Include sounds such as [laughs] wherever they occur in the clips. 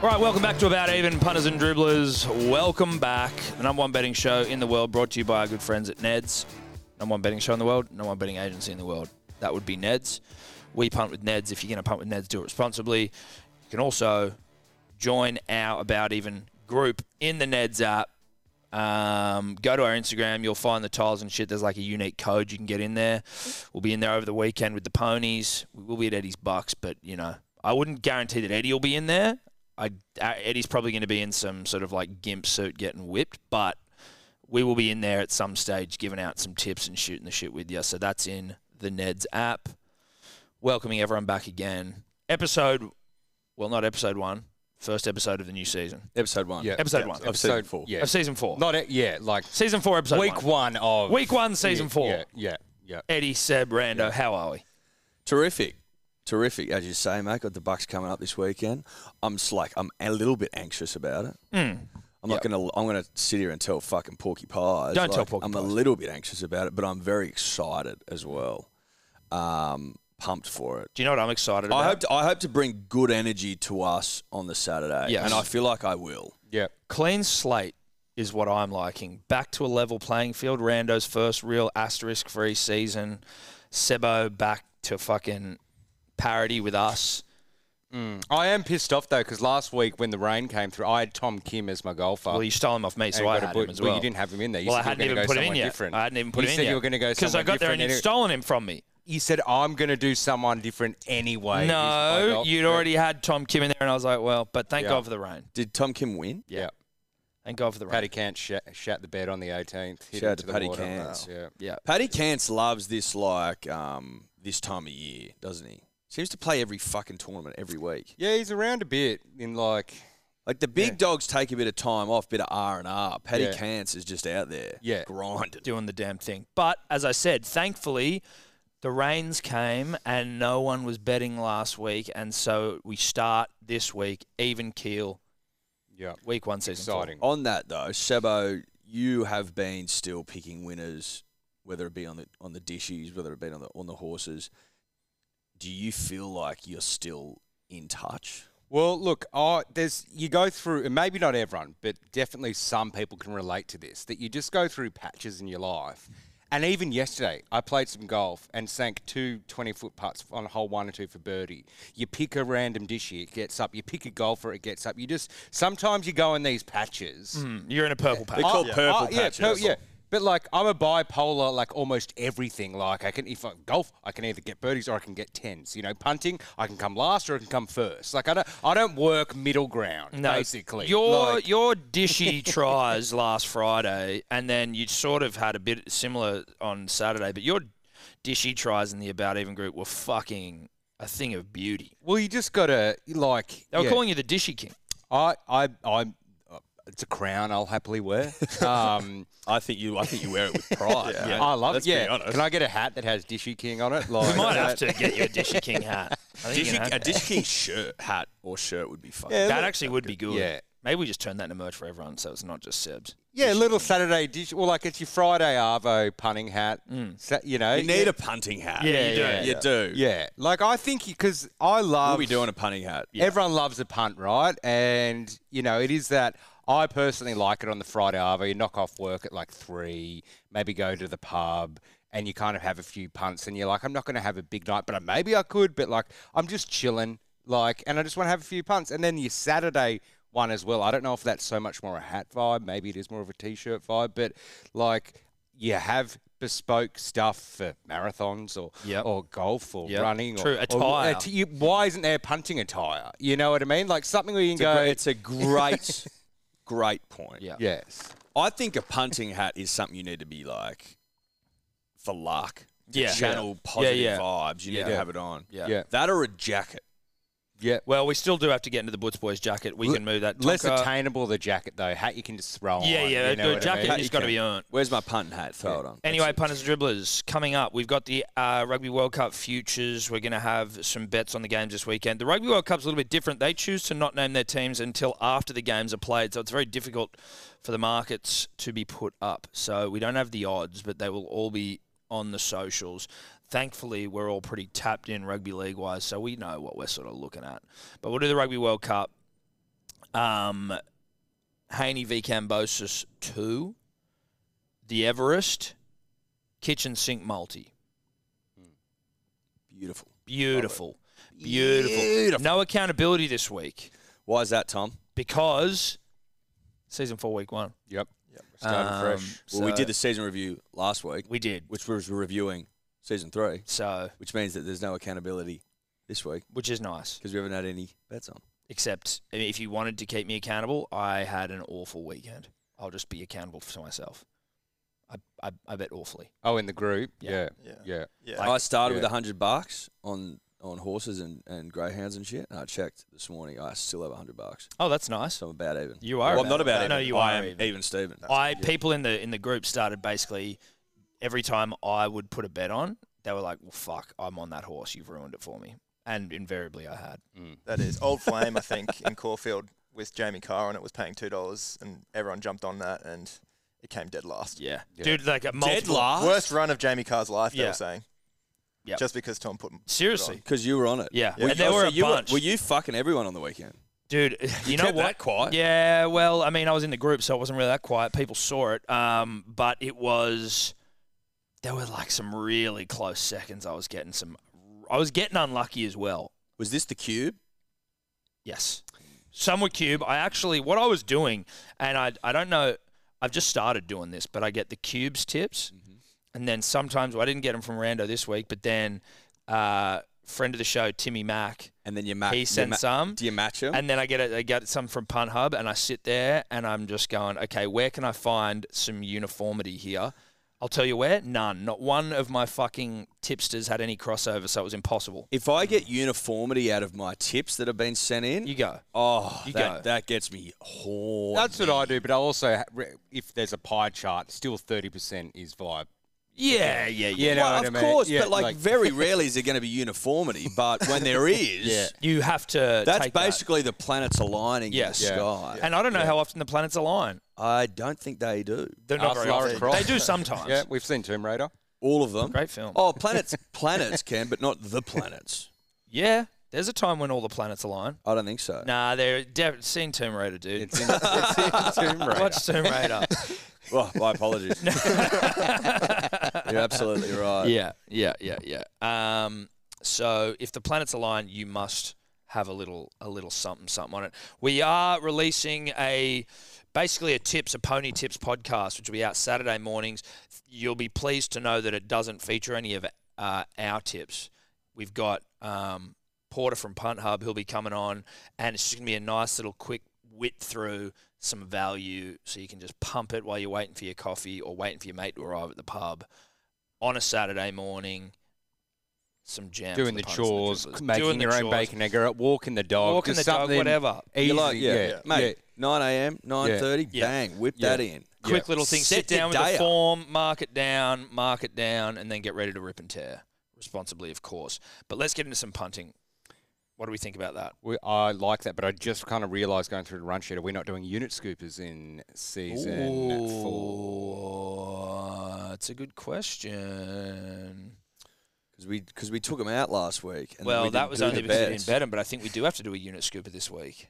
All right, welcome back to About Even Punters and Dribblers. Welcome back. The number one betting show in the world brought to you by our good friends at Ned's. Number one betting show in the world, number one betting agency in the world. That would be Ned's. We punt with Ned's. If you're going to punt with Ned's, do it responsibly. You can also join our About Even group in the Ned's app. Um, go to our Instagram. You'll find the tiles and shit. There's like a unique code you can get in there. We'll be in there over the weekend with the ponies. We will be at Eddie's Bucks, but you know, I wouldn't guarantee that Eddie will be in there. I uh, Eddie's probably going to be in some sort of like gimp suit getting whipped, but we will be in there at some stage giving out some tips and shooting the shit with you. So that's in the Ned's app. Welcoming everyone back again. Episode, well, not episode one, first episode of the new season Episode one. Yeah. Episode one. Episode, Episode four. yeah. of season four. Not it. Yeah, like season four, episode week one. one of e, Week one, season yeah, four. Yeah, yeah, yeah. Eddie, Seb, Rando, how are we? Terrific. Terrific, as you say, mate. Got the Bucks coming up this weekend. I'm s- like, I'm a little bit anxious about it. Hmm. I'm not gonna. I'm gonna sit here and tell fucking Porky Pies. Don't tell Like, Porky I'm a Pies. little bit anxious about it, but I'm very excited as well. Um, pumped for it. Do you know what I'm excited about? I hope. To, I hope to bring good energy to us on the Saturday. Yes. and I feel like I will. yeah. Clean slate is what I'm liking. Back to a level playing field. Rando's first real asterisk free season. Sebo back to fucking parity with us. I am pissed off though because last week when the rain came through, I had Tom Kim as my golfer. Well, you stole him off me, and so I got a had boot- him as well. you didn't have him in there. You well, I said hadn't you were gonna even go put him in somewhere yet. different. I hadn't even put You him in said yet. you were gonna go because I somewhere got there and different you'd anyway. stolen him from me. He said, "I'm going to do someone different anyway." is my No, golf you'd trip." already had Tom Kim in there, and I was like, well, but thank Yeah. God for the rain. Did Tom Kim win? Yeah. Thank God for the rain. Paddy Cant sh- shat the bed on the 18th. Hit Shout him out to to the Paddy water. Cant. That's- Yeah. Yeah. Paddy Cance loves this like um, this time of year, doesn't he? Seems to play every fucking tournament every week. Yeah, he's around a bit in like. Like the big dogs take a bit of time off, bit of R and R. Paddy Yeah. Cance is just out there, Yeah. grinding. doing the damn thing. But as I said, thankfully, the rains came and no one was betting last week, and so we start this week even keel, Yeah. week one season. four. Exciting. On that though, Sebo, you have been still picking winners, whether it be on the on the dishes, whether it be on the on the horses. Do you feel like you're still in touch? Well, look, I there's you go through, and maybe not everyone, but definitely some people can relate to this. That you just go through patches in your life. And even yesterday, I played some golf and sank two 20 foot putts on hole one and two for birdie. You pick a random dishy, it gets up. You pick a golfer, it gets up. You just sometimes you go in these patches. Mm, You're in a purple patch. call Oh, purple oh, yeah, patches. pur- yeah. But like I'm a bipolar, like almost everything. Like I can, if I golf, I can either get birdies or I can get tens. You know, punting, I can come last or I can come first. Like I don't, I don't work middle ground. basically, your Like, your [laughs] dishy tries last Friday, and then you sort of had a bit similar on Saturday, but your dishy tries in the about even group were fucking a thing of beauty. well, you just gotta like. They were yeah. calling you the dishy king. I, I, I'm. uh, It's a crown I'll [laughs] happily wear. Um, I think you. I think you wear it with [laughs] pride. mate. I love. Let's be yeah, honest. can I get a hat that has Dishy King [laughs] on it? Like, uh, We might have that- to get you a dishy king hat. I think you're Dishy, gonna have a to. dish king shirt, hat, or shirt would be fucking. That actually would be good. Yeah. Maybe we just turn that into merch for everyone so it's not just Seb's. Yeah, a little Saturday dish. Well, like it's your Friday Arvo punning hat. Mm. Sa- you know, You need yeah. a punting hat. Yeah, you do. You do. Yeah, like I think because I love. We'll be doing a punting hat. Everyone loves a punt, right? And you know, it is that I personally like it on the Friday arvo. You knock off work at like three, maybe go to the pub, and you kind of have a few punts, and you're like, I'm not going to have a big night, but I, maybe I could. But like, I'm just chilling, like, and I just want to have a few punts, and then your Saturday. One as well. I don't know if that's so much more a hat vibe. Maybe it is more of a t-shirt vibe, but like you have bespoke stuff for marathons or Yep. or golf or Yep. running. True, or, attire. Or, uh, t- you, why isn't there punting attire? You know what I mean? Like something where you It's a can go. gre- it's a great, [laughs] great point. Yeah. yes. I think a punting hat is something you need to be like for luck. To Yeah. Channel positive yeah. vibes. You need Yeah. to have it on. Yeah. Yeah. That or a jacket. Yeah. Well, we still do have to get into the Butts Boys jacket. We can move that. Less Tonka- attainable the jacket though. Hat you can just throw Yeah, on. yeah. you the know what I mean? jacket has got to be earned. Where's my punting hat? Throw it on. Anyway, punters and dribblers, coming up, we've got the uh, Rugby World Cup futures. We're going to have some bets on the games this weekend. The Rugby World Cup's a little bit different. They choose to not name their teams until after the games are played, so it's very difficult for the markets to be put up. So we don't have the odds, but they will all be on the socials. Thankfully, we're all pretty tapped in rugby league wise, so we know what we're sort of looking at. But we'll do the Rugby World Cup. Um, Haney v Cambosis 2, the Everest, kitchen sink multi. Beautiful. Beautiful. Beautiful. Beautiful. No accountability this week Why is that, Tom? because season four, week one. Yep. yep. Starting Um, fresh. Well, we so- did the season review last week, We did. which was reviewing season three, So, which means that there's no accountability this week which is nice. because we haven't had any bets on. Except I mean, if you wanted to keep me accountable, I had an awful weekend. I'll just be accountable to myself. I, I, I bet awfully. Oh, in the group. Yeah. Yeah. Yeah. Yeah. Yeah. I, started with yeah. with hundred bucks on on horses and, and greyhounds and shit. And I checked this morning. I still have hundred bucks, Oh, that's nice. so I'm about even. You are. Well, I'm not about even. No, you I are am even. Steven. I people in the in the group started basically every time I would put a bet on, they were like, "Well, fuck, I'm on that horse. You've ruined it for me." And invariably, I had. That is old flame, I think, in Caulfield with Jamie Carr, and it was paying two dollars, and everyone jumped on that, and it came dead last. Yeah, dude, like a multiple. Worst run of Jamie Carr's life, they Yeah. were saying. Yeah. Just because Tom put him Seriously, because you were on it. yeah. Were and you, there oh, were so a you bunch, Were, you fucking everyone on the weekend? dude. [laughs] You, know kept what? that quiet. Yeah, well, I mean, I was in the group, so it wasn't really that quiet. People saw it, um, but it was. There were like some really close seconds. I was getting some. I was getting unlucky as well. Was this the cube? Yes. Some were cube. I actually, what I was doing, and I, I don't know, I've just started doing this, but I get the cubes tips, Mm-hmm. and then sometimes well, I didn't get them from Rando this week, but then uh, friend of the show Timmy Mack, And then you match. he sent some, Do you match him? and then I get it, I get some from Punt Hub, and I sit there and I'm just going, okay, where can I find some uniformity here? I'll tell you where, none. Not one of my fucking tipsters had any crossover, so it was impossible. if I get uniformity out of my tips that have been sent in, You go. oh, you that, go. that gets me horny. That's what I do, but I also, ha- re- if there's a pie chart, still 30% is vibe. Yeah, yeah, yeah. You know Well, what of I mean? course, Yeah, but like, like- very rarely is there going to be uniformity. But [laughs] when there is, Yeah. You have to. that's take that. basically the planets aligning Yes. in the Yeah. sky. And I don't know how often the planets align. I don't think they do. They're not Ask very Lara often. Croft. They do sometimes. Yeah, we've seen Tomb Raider. All of them. Great film. [laughs] Oh, planets, planets can, but not the planets. Yeah, There's a time when all the planets align. I don't think [laughs] so. Nah, they're de- seen Tomb Raider, dude. It's in, it's in Tomb [laughs] Raider. Watch Tomb Raider. Well, Oh, my apologies. [laughs] You're absolutely right. yeah, yeah, yeah, yeah. Um, so if the planets align, you must have a little, a little something, something on it. We are releasing a basically a tips, a pony tips podcast, which will be out Saturday mornings. You'll be pleased to know that it doesn't feature any of uh, our tips. We've got um, Porter from Punt Hub. He'll be coming on, and it's just gonna be a nice little quick whip through some value, so you can just pump it while you're waiting for your coffee or waiting for your mate to arrive at the pub on a Saturday morning. Some jam, for Doing the punters and chores, dribblers. making Doing the your own chores, bacon egg, walking the dog, walking the just dog, something whatever. Easy, like- yeah, yeah, Mate, 9 a.m., 9.30, Yeah. bang, whip Yeah. that in. Quick Yeah. little thing. Sit Set down with your the day up. form, mark it down, mark it down, and then get ready to rip and tear responsibly, of course. But let's get into some punting. What do we think about that? We, I like that, but I just kind of realised going through the run sheet, we're not doing unit scoopers in season four. Ooh, it's a good question. Because we, cause we took them out last week. And then well, we that didn't was do only the because we bets. didn't bet 'em, but I think we do have to do a unit scooper this week.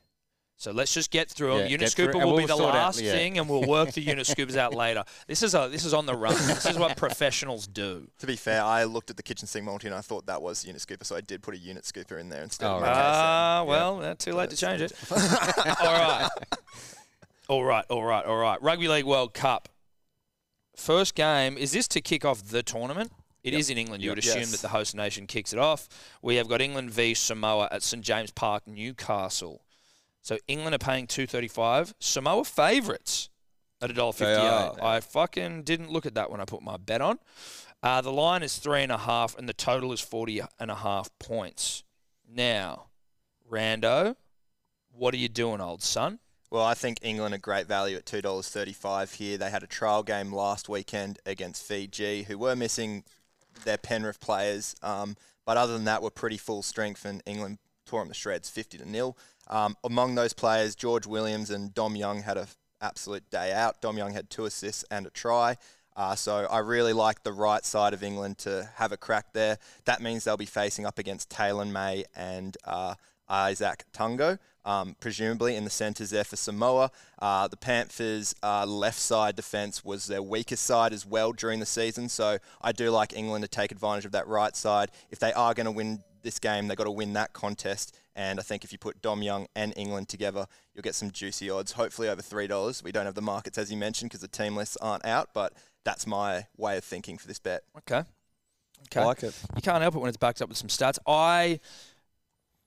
So let's just get through 'em. Yeah, Unit get through scooper it, and will be we'll the sort out- last yeah. thing, and we'll work the unit scoopers out later. This is a this is on the run. this is [laughs] what professionals do. To be fair, I looked at the kitchen sink multi and I thought that was unit scooper, so I did put a unit scooper in there instead. Oh, of my right. case, um, Ah, well, uh, too late to change it. all [laughs] right. All right, all right, all right. Rugby League World Cup. First game, is this to kick off the tournament? It is in England. You would assume Yes. that the host nation kicks it off. We have got England v Samoa at St James Park, Newcastle. So England are paying 235. Samoa favourites at $1.58. are. I fucking didn't look at that when I put my bet on. Uh, the line is three and a half, and the total is 40 and a half points. Now, Rando, what are you doing, old son? Well, I think England are great value at two dollars thirty-five here. They had a trial game last weekend against Fiji, who were missing their Penrith players, um, but other than that, were pretty full strength, and England tore them to shreds, fifty to nil. Um, among those players, George Williams and Dom Young had an absolute day out. Dom Young had two assists and a try. Uh, so I really like the right side of England to have a crack there. That means they'll be facing up against Taylor May and uh, Isaac Tungo, um, presumably in the centres there for Samoa. Uh, the Panthers' uh, left side defence was their weakest side as well during the season, so I do like England to take advantage of that right side. If they are going to win this game, they've got to win that contest. And I think if you put Dom Young and England together, you'll get some juicy odds, hopefully over $3. We don't have the markets, as you mentioned, because the team lists aren't out, but that's my way of thinking for this bet. Okay. Okay. I like it. You can't help it when it's backed up with some stats. I,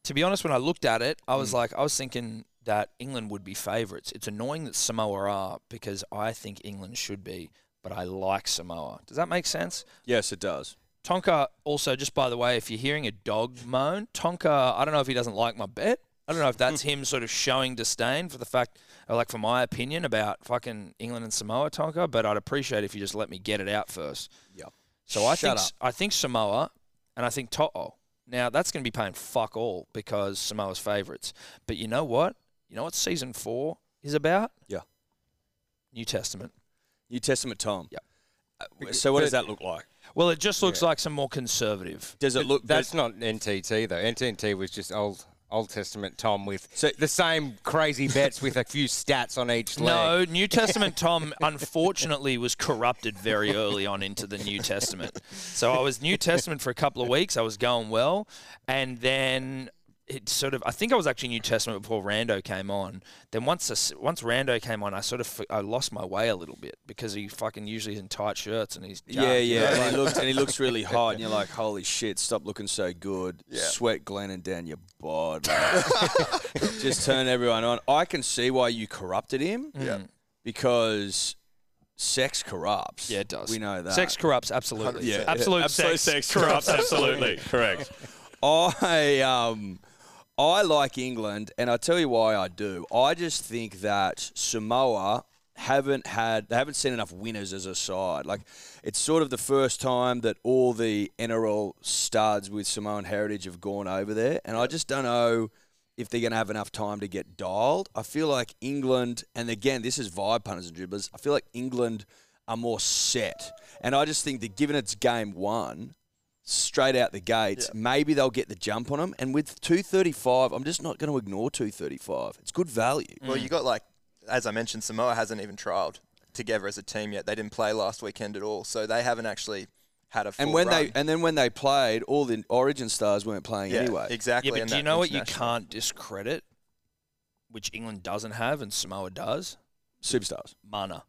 to be honest, when I looked at it, I was like, I was thinking that England would be favourites. It's annoying that Samoa are because I think England should be, but I like Samoa. Does that make sense? Yes, it does. Tonka also, just by the way, if you're hearing a dog moan, Tonka, I don't know if he doesn't like my bet. I don't know if Hmm. that's him sort of showing disdain for the fact, or like for my opinion about fucking England and Samoa, Tonka. But I'd appreciate if you just let me get it out first. Yep. So I Shut think up. I think Samoa, and I think To'o. Now that's going to be paying fuck all because Samoa's favourites. But you know what? You know what season four is about? Yeah. New Testament. New Testament Tom. Yep. Uh, so what does that look like? Well, it just looks like some more conservative. Does it look That's not NTT though. NTT was just old Old Testament Tom with So- the same crazy bets with a few stats on each leg. No, New Testament Tom unfortunately was corrupted very early on into the New Testament. So I was New Testament for a couple of weeks. I was going well, and then it sort of I think I was actually New Testament before Rando came on. Then once this, once Rando came on, I sort of f- I lost my way a little bit because he fucking usually is in tight shirts and he's Yeah, jacked, you know, yeah. and, like- he looks, and he [laughs] looks really hot, and you're like, holy shit, stop looking so good. Yeah. Sweat glinting down your [laughs] bod. mate." Just turn everyone on. I can see why you corrupted him. Yeah. Because sex corrupts. yeah, it does. We know that. Sex corrupts absolutely. 100%. Yeah, absolute Absolute sex. sex corrupts. Absolutely correct. I um I like England, and I tell you why I do. I just think that Samoa haven't had they haven't seen enough winners as a side. Like it's sort of the first time that all the NRL studs with Samoan heritage have gone over there, and I just don't know if they're going to have enough time to get dialed. I feel like England, and again, this is vibe punters and dribblers. I feel like England are more set, and I just think that given it's game one, straight out the gates. Maybe they'll get the jump on them. And with 235, I'm just not going to ignore 235. It's good value. Mm. Well, you got like, as I mentioned, Samoa hasn't even trialed together as a team yet. They didn't play last weekend at all, so they haven't actually had a full And when run. they and then when they played, all the Origin stars weren't playing yeah, anyway. exactly. Yeah, but and do you that know what you international- can't discredit, which England doesn't have and Samoa does? Superstars, Mana.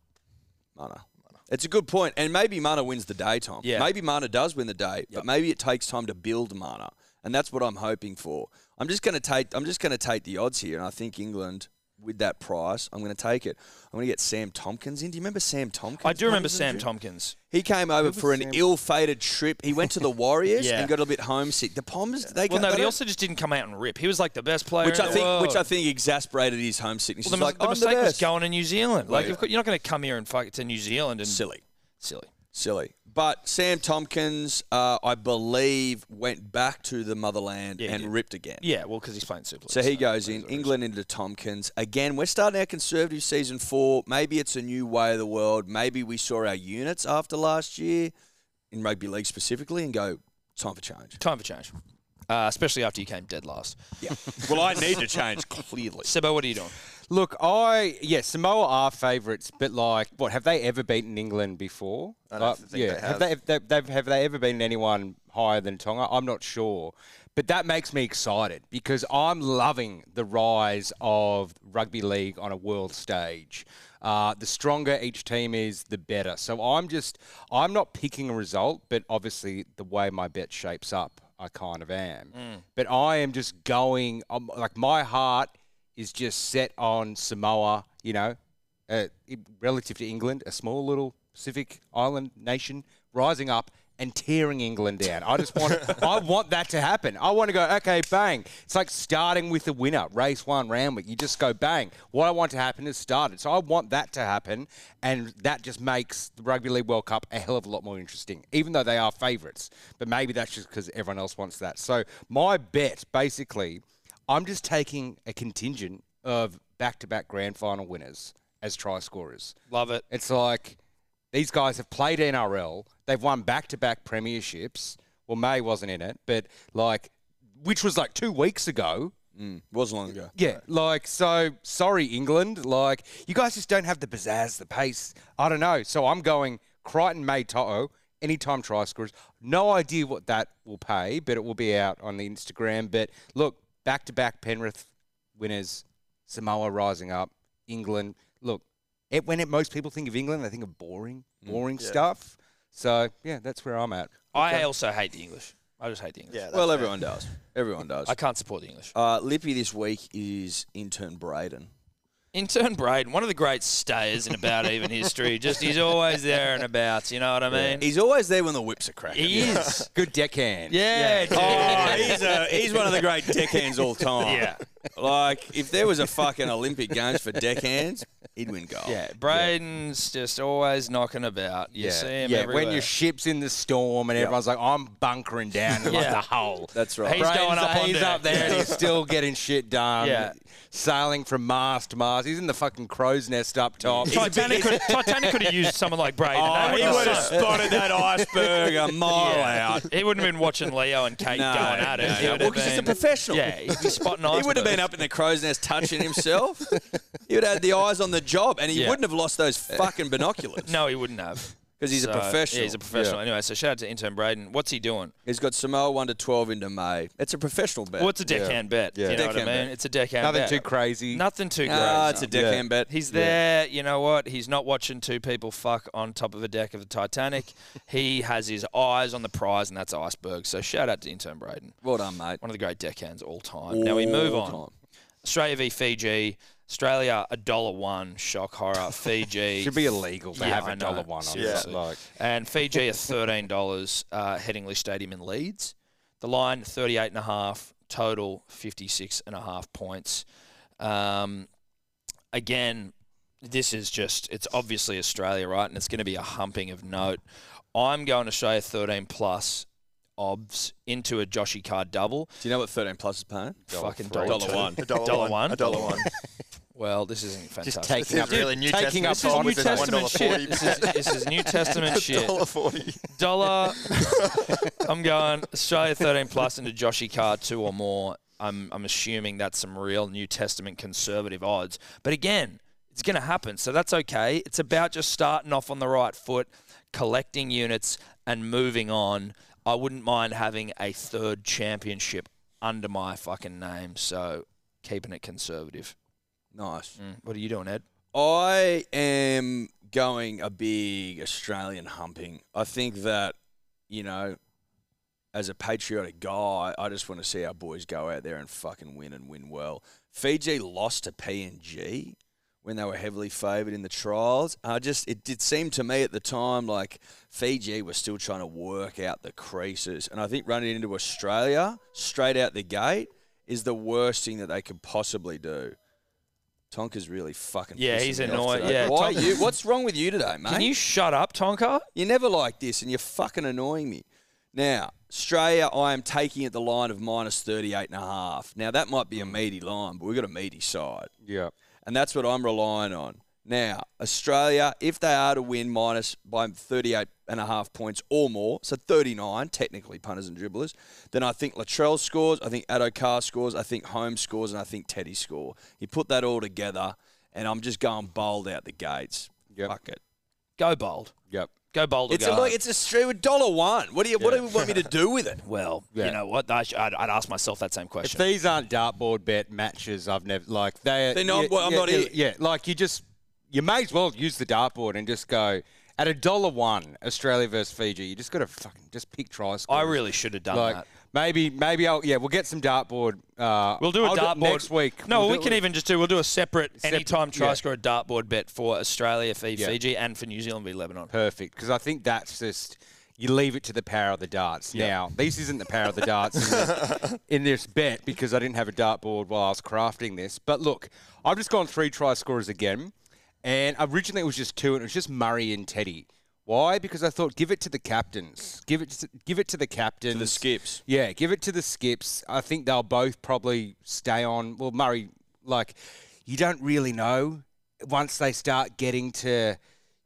Mana. It's a good point, and maybe Mana wins the day, Tom. Yeah. Maybe Mana does win the day, Yep. but maybe it takes time to build Mana, and that's what I'm hoping for. I'm just going to take I'm just going to take the odds here, and I think England with that price, I'm going to take it. I'm going to get Sam Tompkins in. Do you remember Sam Tompkins? I do remember Ladies and Sam gentlemen? Tompkins. He came over for an ill-fated trip. He went to the [laughs] Warriors Yeah. and got a bit homesick. The Poms, they Well, no, got- they but he don't- also just didn't come out and rip. He was like the best player. which in I the think, world. which I think exasperated his homesickness. Well, the, mis- He's like, the "I'm mistake was best." going to New Zealand. Like, yeah. of course, you're not going to come here and fuck it to New Zealand and silly, silly. silly. But Sam Tompkins, uh, I believe, went back to the motherland Yeah, he and did. ripped again. Yeah, well, because he's playing Super League. So he goes those in are England into Tompkins again. We're starting our conservative season four. Maybe it's a new way of the world. Maybe we saw our units after last year in rugby league specifically, and go time for change. Time for change, uh, especially after you came dead last. [laughs] Yeah, Well, I need to change clearly. Sebo, what are you doing? Look, I yeah, Samoa are favourites, but like, what have they ever beaten England before? I don't Like, think they have. have they have they, they've, have they ever beaten anyone higher than Tonga? I'm not sure, but that makes me excited because I'm loving the rise of rugby league on a world stage. Uh, the stronger each team is, the better. So I'm just I'm not picking a result, but obviously the way my bet shapes up, I kind of am. But I am just going. I'm, like my heart is just set on Samoa. You know, uh, i- relative to England, a small little Pacific island nation rising up and tearing England down. I just want I want that to happen. I want to go, okay, bang. It's like starting with a winner, race one, round week. You just go bang. What I want to happen is started. So I want that to happen. And that just makes the Rugby League World Cup a hell of a lot more interesting, even though they are favourites. But maybe that's just because everyone else wants that. So my bet basically I'm just taking a contingent of back-to-back grand final winners as try scorers. Love it. It's like these guys have played NRL. They've won back-to-back premierships. Well, May wasn't in it, but like, which was like two weeks ago. Mm, it was long ago. Yeah, like so. Sorry, England. Like you guys just don't have the pizzazz, the pace. I don't know. So I'm going Crichton May Toto anytime try scorers. No idea what that will pay, but it will be out on the Instagram. But look, back to back Penrith winners, Samoa rising up, England. Look, it, when it, most people think of England, they think of boring, Mm, boring stuff. So yeah, that's where I'm at. I also hate the English. I just hate the English. Yeah. that's Well, fair. everyone does. Everyone does. I can't support the English. Uh, Lippy this week is intern Braden. Intern Braden, one of the great stayers in about even history. Just he's always there and about. You know what I mean? He's always there when the whips are cracking. He is. Good deckhand. Yeah. dude. Oh, yeah. he's, uh, a, he's one of the great deckhands all time. Like if there was a fucking Olympic Games for deckhands, he'd win gold. Braden's just always knocking about. You see him yeah. everywhere. When your ship's in the storm and everyone's like, "I'm [laughs] bunkering down in like Yeah. the hole," that's right. He's going Brains- up on he's deck. up there and he's [laughs] still getting shit done. Yeah. Sailing from mast to mast. He's in the fucking crow's nest up top. Titanic, could, Titanic could have used someone like [laughs] Braden. Oh, That he would've would have sucked. spotted that iceberg a [laughs] mile out. He wouldn't have been watching Leo and Kate [laughs] No, going at it. no, It no, would well, have 'cause he's a been- professional. Yeah, he'd be spotting [laughs] He would [laughs] have been up in the crow's nest touching himself. he would have had the eyes on the job, and he Yeah. wouldn't have lost those fucking binoculars. No, he wouldn't have. 'Cause he's a yeah, professional. he's a professional. Anyway, so shout out to intern Braden. What's he doing? [laughs] He's got Samoa one to twelve into May. It's a professional bet. Well, it's a deckhand bet. You know what I mean? Deckhand bet. It's a deckhand Nothing bet. too crazy. Nothing too great. Ah, it's a deckhand bet. He's there. You know what? He's not watching two people fuck on top of a deck of the [laughs] Titanic. he has his eyes on the prize, and that's iceberg. So shout out to intern Braden. well done, mate. One of the great deckhands all time. now we move All on. time. Australia v Fiji. Australia a dollar one. Shock [laughs] horror. Fiji Should be illegal to Yeah, have I a know. dollar one on that. Seriously. Like, and Fiji are thirteen dollars. Uh, Headingley Stadium in Leeds. The line thirty-eight and a half total, fifty-six and a half points. Um, again, this is just it's obviously Australia, right? And it's going to be a humping of note. I'm going Australia thirteen plus obs into a Joshy card double. Do you know what thirteen plus is paying? Fucking dollar, Dollar one. two. A dollar, dollar one. one. A dollar [laughs] one. Well, this isn't fantastic. just taking is up, really New Testament. taking up This is on New with that. Testament shit. $1.40. This [laughs] is, this is New [laughs] Testament shit. Dollar forty. dollar. I'm going Australia 13 plus into Joshy Carr two or more. I'm I'm assuming that's some real New Testament conservative odds. But again, it's going to happen, so that's okay. It's about just starting off on the right foot, collecting units, and moving on. I wouldn't mind having a third championship under my fucking name. So keeping it conservative. Nice. Mm. What are you doing, Ed? I am going a big Australian humping. I think that, you know, as a patriotic guy, I just want to see our boys go out there and fucking win and win well. Fiji lost to PNG when they were heavily favoured in the trials. I just it did seem to me at the time like Fiji were still trying to work out the creases, and I think running into Australia straight out the gate is the worst thing that they could possibly do. Tonka's really fucking. Yeah, pissing he's me off annoying. today. Yeah, why are Tonka- you? What's wrong with you today, mate? Can you shut up, Tonka? You're never like this, and you're fucking annoying me. Now, Australia, I am taking at the line of minus 38 and a half. Now, that might be a meaty line, but we've got a meaty side. Mm. Yeah. And that's what I'm relying on. Now, Australia, if they are to win minus by 38 and a half points or more, so 39, technically punters and dribblers, then I think Latrell scores, I think Addo Carr scores, I think Holmes scores, and I think Teddy score. You put that all together, and I'm just going bold out the gates. Yep. Fuck it. Go bold. Yep. Go bold. or It's go a, home. look, it's a straight dollar one. What do you What do you want me to do with it? Well, Yeah. you know what? I sh- I'd, I'd ask myself that same If question. these aren't dartboard bet matches, I've never like they. They're not- well, I'm not yeah, here. Yeah, like you just you may as well use the dartboard and just go at a dollar one Australia versus Fiji. You just got to fucking just pick try score. I really should have done like that. maybe maybe I'll yeah we'll get some dartboard. Uh, We'll do a I'll it dartboard next week. No, We'll we do it can with- even just do. We'll do a separate, Separate- anytime try yeah. score a dartboard bet for Australia v Yeah. Fiji and for New Zealand v Lebanon. perfect because I think that's just you leave it to the power of the darts. Now this isn't the power of the darts in this, in this bet because I didn't have a dartboard while I was crafting this. But look, I've just gone three try scorers again, and originally it was just two, and it was just Murray and Teddy. Why? Because I thought give it to the captains, give it to, give it to the captains, The [laughs] skips. yeah, give it to the skips. I think they'll both probably stay on. Well, Murray, like, you don't really know. Once they start getting to,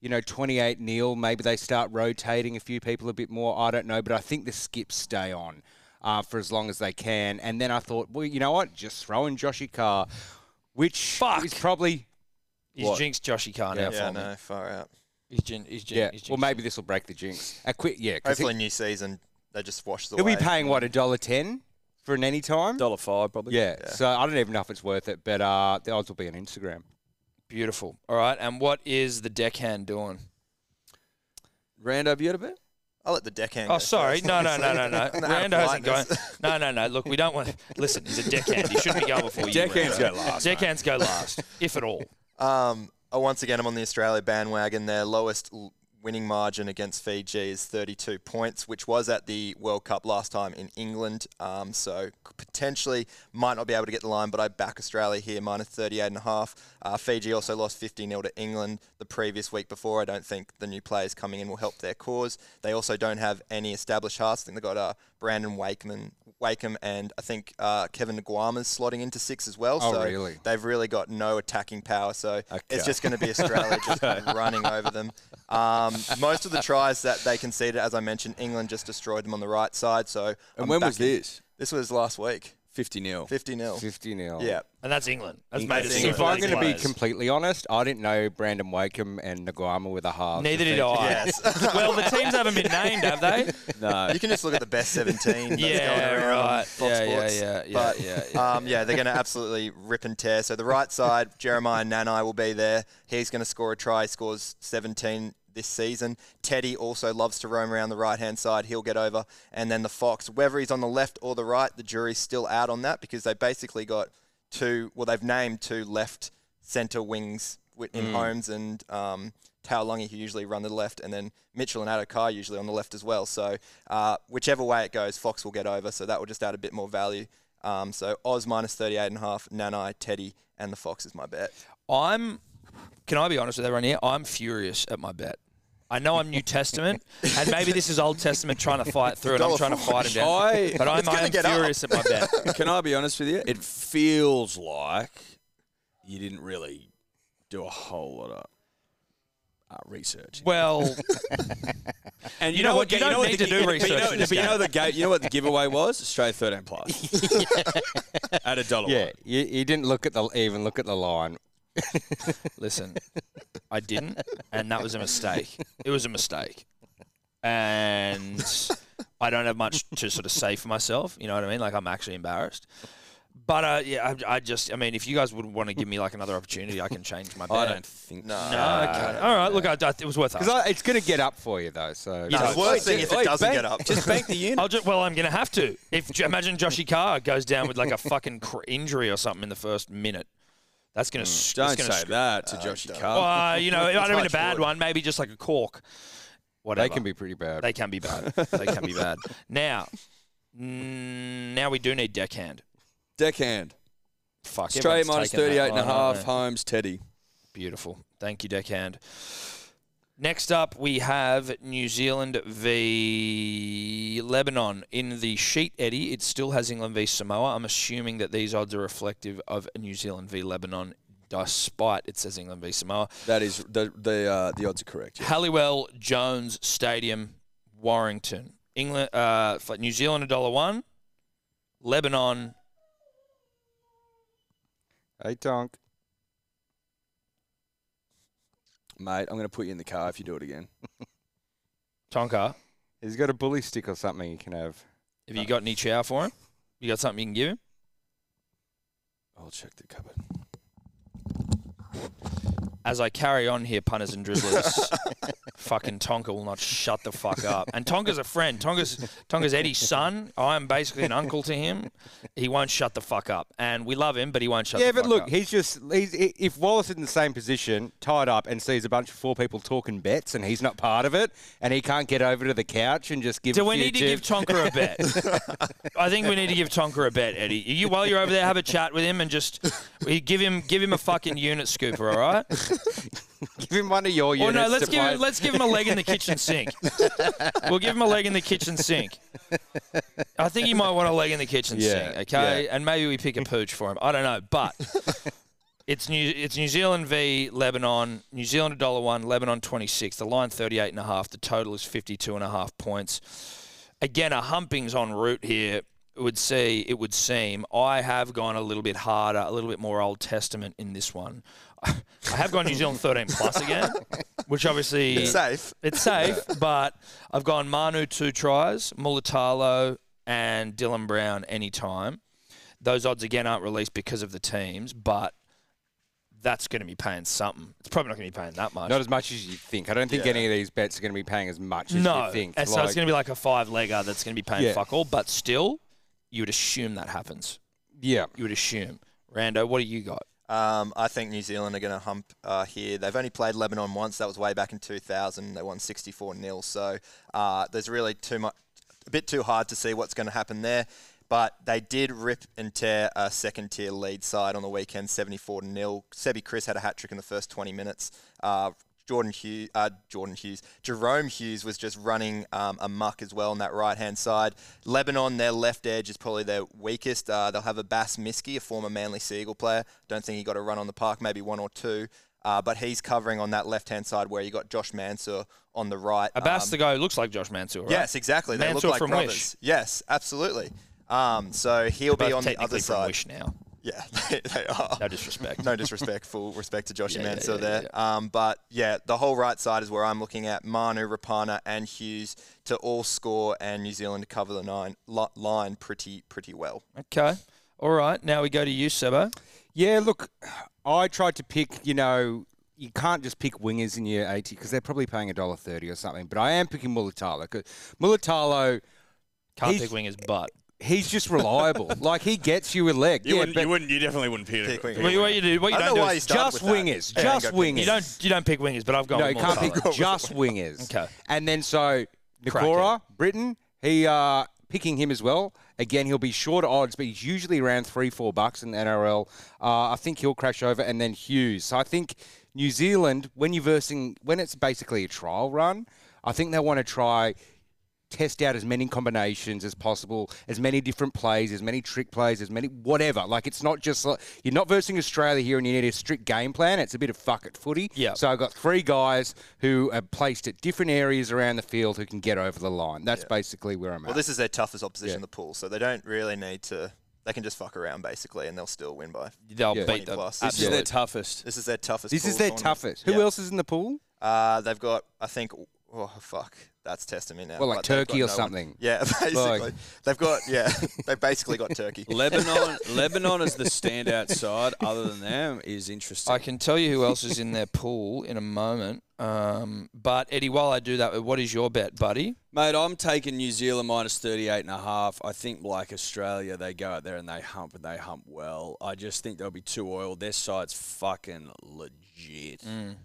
you know, 28 nil, maybe they start rotating a few people a bit more. I don't know, but I think the skips stay on. uh, for as long as they can. And then I thought, well, you know what? Just throw in Joshy Carr, which Fuck. is probably He's What? jinxed Joshy Khan out Yeah, for me. no, far out. He's jin- he's jin- yeah. he's Well, jinxed. maybe this will break the jinx. A quick yeah. 'cause Hopefully, new season they just wash the. He'll be away. paying what a dollar ten for an any time. Dollar five probably. Yeah, So I don't even know if it's worth it, but uh, the odds will be on Instagram. Beautiful. All right. And what is the deckhand doing? Rando, have you had a bet? I'll let the deckhand. Oh, go sorry. first. No, no, [laughs] no, no, no. [laughs] I'm out of Rando hasn't gone. politeness. No, no, no. Look, we don't want. Listen, he's a deckhand. He shouldn't be going before you. Deckhands Rando. go last, mate. Deckhands go last, if at all. Um, oh, once again, I'm on the Australia bandwagon. Their lowest l- winning margin against Fiji is 32 points, which was at the World Cup last time in England. Um, so c- potentially might not be able to get the line, but I back Australia here, minus 38 and a half. Uh, Fiji also lost 50 0 to England the previous week before. I don't think the new players coming in will help their cause. They also don't have any established hearts. I think they've got uh, Brandon Wakeman, Wakeham and I think uh, Kevin Naguama's slotting into six as well. Oh, so really? They've really got no attacking power, so Okay. it's just going to be Australia [laughs] just running over them. Um, most of the tries that they conceded, as I mentioned, England just destroyed them on the right side. So and And when was this? This was last week, 50 nil. fifty 0 Fifty nil. Oh. Yeah, And that's England. That's England. made us That's England. super If I'm league going to be players. completely honest, I didn't know Brandon Wakem and Naguama were the halves. Neither did Oh. Effect- I. yes. [laughs] [laughs] Well, the teams haven't been named, have they? No. [laughs] you can just look at the best seventeen. that's Yeah, going around on right. Fox Yeah, yeah, Sports. yeah, yeah, But, yeah, Um, yeah, they're going to absolutely rip and tear. So the right side, Jeremiah Nanai will be there. He's going to score a try. He Scores 17 this season. Teddy also loves to roam around the right hand side. He'll get over. And then the Fox, whether he's on the left or the right, the jury's still out on that because they basically got two. Well, they've named two left centre wings wi- in Holmes and um, Taolungi, who usually run to the left, and then Mitchell and Adokar usually on the left as well. So uh, whichever way it goes, Fox will get over. So that will just add a bit more value. Um, so Oz minus 38 and a half, Nanai, Teddy, and the Fox is my bet. I'm. Can I be honest with everyone here? I'm furious at my bet. I know I'm New Testament, and maybe this is Old Testament trying to fight through it. I'm trying to fight him down. I- but I'm, gonna I'm get up. furious at my bet. [laughs] Can I be honest with you? It feels like you didn't really do a whole lot of uh, research. Well, And You know what? You don't need to do but you research know, for this but you game. know the ga- you know what the giveaway was? Australia thirteen [laughs] plus at a dollar. Yeah, one. you, you didn't look at the even look at the line. listen, I didn't, and that was a mistake. It was a mistake, and I don't have much to sort of say for myself. You know what I mean? Like I'm actually embarrassed. But uh, yeah, I, I just, I mean, if you guys would want to give me like another opportunity, I can change my bet. I don't think No. so. No, okay. Uh, All right, look, I, I, it was worth asking. Because it's going to get up for you though. So The No. worst thing if it doesn't bank, get up. Just bank [laughs] the unit. I'll just, well, I'm going to have to. If j- imagine Joshy Carr goes down with like a fucking cr- injury or something in the first minute, that's going to mm, Hmm. Don't say that to Joshy Carr. Uh, Well, you know, I don't mean a Touch bad wood. one. Maybe just like a cork. Whatever. they can be pretty bad. They can be bad. they can be [laughs] bad. Now, mm, now we do need deckhand. Deckhand. Fuck. Australia everyone's minus taken that 38 and a line, aren't half. they? Holmes, Teddy. Beautiful. Thank you, deckhand. Next up, we have New Zealand v Lebanon. In the sheet, Eddie, it still has England v Samoa. I'm assuming that these odds are reflective of New Zealand v Lebanon, despite it says England v Samoa. That is, the, the, uh, the odds are correct. yeah. Halliwell Jones Stadium, Warrington, England. Uh, for New Zealand a dollar one, Lebanon Hey, Tonk. Mate, I'm going to put you in the car if you do it again. Tonka. He's got a bully stick or something you can have. Have you got any chow for him? You got something you can give him? I'll check the cupboard. As I carry on here, punters and [laughs] dribblers, fucking Tonka will not shut the fuck up. And Tonka's a friend. Tonka's Tonka's Eddie's son. I'm basically an uncle to him. He won't shut the fuck up, and we love him, but he won't shut. yeah, the but fuck look, up. he's just he's, i- if Wallace is in the same position, tied up, and sees a bunch of four people talking bets, and he's not part of it, and he can't get over to the couch and just give. Do a we few need to give tips. Tonka a bet? [laughs] I think we need to give Tonka a bet, Eddie. You while you're over there, have a chat with him and just we give him give him a fucking unit scooper, all right? [laughs] give him one of your Or units? Oh, no, let's to give play. him, let's give him a leg in the kitchen sink. we'll give him a leg in the kitchen sink. I think he might want a leg in the kitchen Yeah, sink, okay? And maybe we pick a pooch for him. I don't know, but it's New it's New Zealand v Lebanon. New Zealand a dollar one, Lebanon twenty six. The line thirty eight and a half. The total is fifty two and a half points. Again, a humping's en route here. It would see it would seem I have gone a little bit harder, a little bit more Old Testament in this one. [laughs] I have gone New Zealand 13 plus again, which [laughs] obviously It's safe. it's safe, but I've gone Manu two tries, Mulatalo and Dylan Brown anytime. Those odds again aren't released because of the teams, but that's going to be paying something. It's probably not going to be paying that much. Not as much as you think. I don't think Yeah. any of these bets are going to be paying as much as no, you think. and so it's going to be like a five legger that's going to be paying Yeah. fuck all, but still, you would assume that happens. yeah. You would assume. Rando, what do you got? Um, I think New Zealand are going to hump uh, here. They've only played Lebanon once. That was way back in 2000. They won 64 0. So uh, there's really too much, a bit too hard to see what's going to happen there. But they did rip and tear a second tier lead side on the weekend, 74 0. Sebi Chris had a hat trick in the first 20 minutes. Uh, Jordan Hughes, uh, Jordan Hughes, Jerome Hughes was just running um, amok as well on that right hand side. Lebanon, their left edge is probably their weakest. Uh, they'll have a Bass Miski, a former Manly Seagull player. Don't think he got a run on the park, maybe one or two. Uh, but he's covering on that left hand side where you got Josh Mansour on the right. Abbas, Um, the guy who looks like Josh Mansell, right? Yes, exactly. They Mansour look like from brothers. Wish. Yes, absolutely. Um, so he'll Both be on the technically other from side. Wish now. Yeah, [laughs] they, they are. No [laughs] disrespect. No disrespect. Full respect to Josh Yeah, yeah, yeah, yeah, there. Um, but yeah, the whole right side is where I'm looking at Manu, Rapana, and Hughes to all score and New Zealand to cover the nine li- line pretty pretty well. Okay. All right. Now we go to you, Sebo. Yeah, look, I tried to pick, you know, you can't just pick wingers in year 80 because they're probably paying $1.30 or something, but I am picking Mulatalo. 'cause Mulatalo, Can't He's- pick wingers, but he's [laughs] just reliable. like, he gets you a leg. You, yeah, wouldn't, but you wouldn't. You definitely wouldn't pick Pick it. wingers. Well, you- what you do, what you I don't, don't know do why he's is- just wingers. Yeah, Just go pick wingers. you don't you don't pick wingers, but I've got no, you can't pick. pick just wingers. Okay. And then so Nakora, Britain, he uh, picking him as well. Again, he'll be short odds, but he's usually around three, four bucks in the NRL. Uh, I think he'll crash over, and then Hughes. So I think New Zealand, when you're versing, when it's basically a trial run, I think they want to try test out as many combinations as possible, as many different plays, as many trick plays, as many whatever. Like it's not just like, you're not versing Australia here, and you need a strict game plan. It's a bit of fuck it footy. Yeah. So I've got three guys who are placed at different areas around the field who can get over the line. That's basically where I'm Well, at. this is their toughest opposition in the pool, so they don't really need to. They can just fuck around basically, and they'll still win by. [laughs] They'll Yeah. beat them. plus. This is Absolutely. their toughest. This is their toughest. This is pool their tournament. toughest. Who Yeah. else is in the pool? Uh, they've got, I think, oh fuck, that's testing me now. Well, like but they've Turkey got no or one- something. Yeah, [laughs] basically, Like- they've got yeah, [laughs] they basically got Turkey. Lebanon, [laughs] Lebanon is the standout side. Other than them, is interesting. I can tell you who else is in their pool in a moment. Um, but Eddie, while I do that, what is your bet, buddy? Mate, I'm taking New Zealand minus 38 and a half. I think, like Australia, they go out there and they hump and they hump well. I just think they'll be too oiled. Their side's fucking legit. Mm.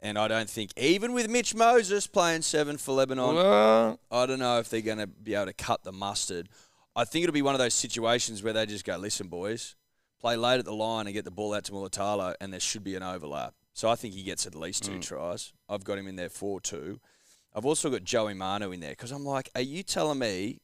And I don't think, even with Mitch Moses playing seven for Lebanon, Well, I don't know if they're going to be able to cut the mustard. I think it'll be one of those situations where they just go, listen, boys, play late at the line and get the ball out to Mulatalo, and there should be an overlap. So I think he gets at least two tries. I've got him in there 4 2. I've also got Joey Manu in there because I'm like, are you telling me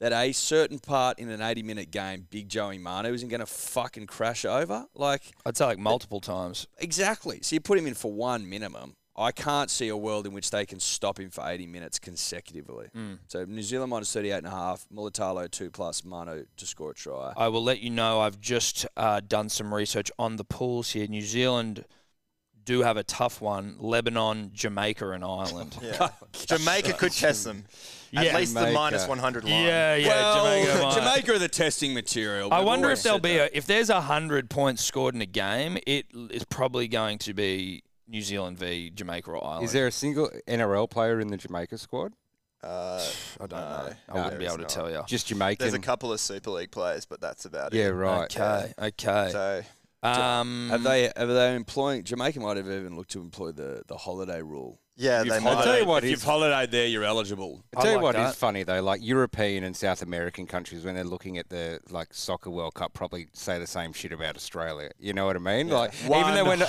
that a certain part in an 80 minute game, big Joey Manu isn't going to fucking crash over? Like, I'd say like multiple times. Exactly. So you put him in for one minimum. I can't see a world in which they can stop him for 80 minutes consecutively. So New Zealand minus 38 and a half, Mulatalo 2 plus, Mano to score a try. I will let you know. I've just uh, done some research on the pools here. New Zealand do have a tough one: Lebanon, Jamaica, and Ireland. Yeah. Jamaica could test them. At Yeah. least the Jamaica. minus 100 line. yeah, yeah. [laughs] Jamaica, well, mate. Jamaica, are the testing material. I We've wonder always if there'll said be that. a, if there's a hundred points scored in a game, it l- is probably going to be New Zealand v Jamaica or Oh, Ireland. Is there a single NRL player in the Jamaica squad? Uh, I don't No, know. I no, wouldn't be there able to is tell you. Just Jamaican. Oh, there's a couple of Super League players, but that's about yeah, it. right. Okay, okay. So um, Have they, have they employing, Jamaica might have even looked to employ the, the holiday rule. yeah, You've they holidayed- I'll might. tell you what if is- you've holidayed there, you're eligible. I tell I you like what is that. funny though, like European and South American countries when they're looking at the like soccer World Cup, probably say the same shit about Australia. You know what I mean? Like even though we're [laughs] not,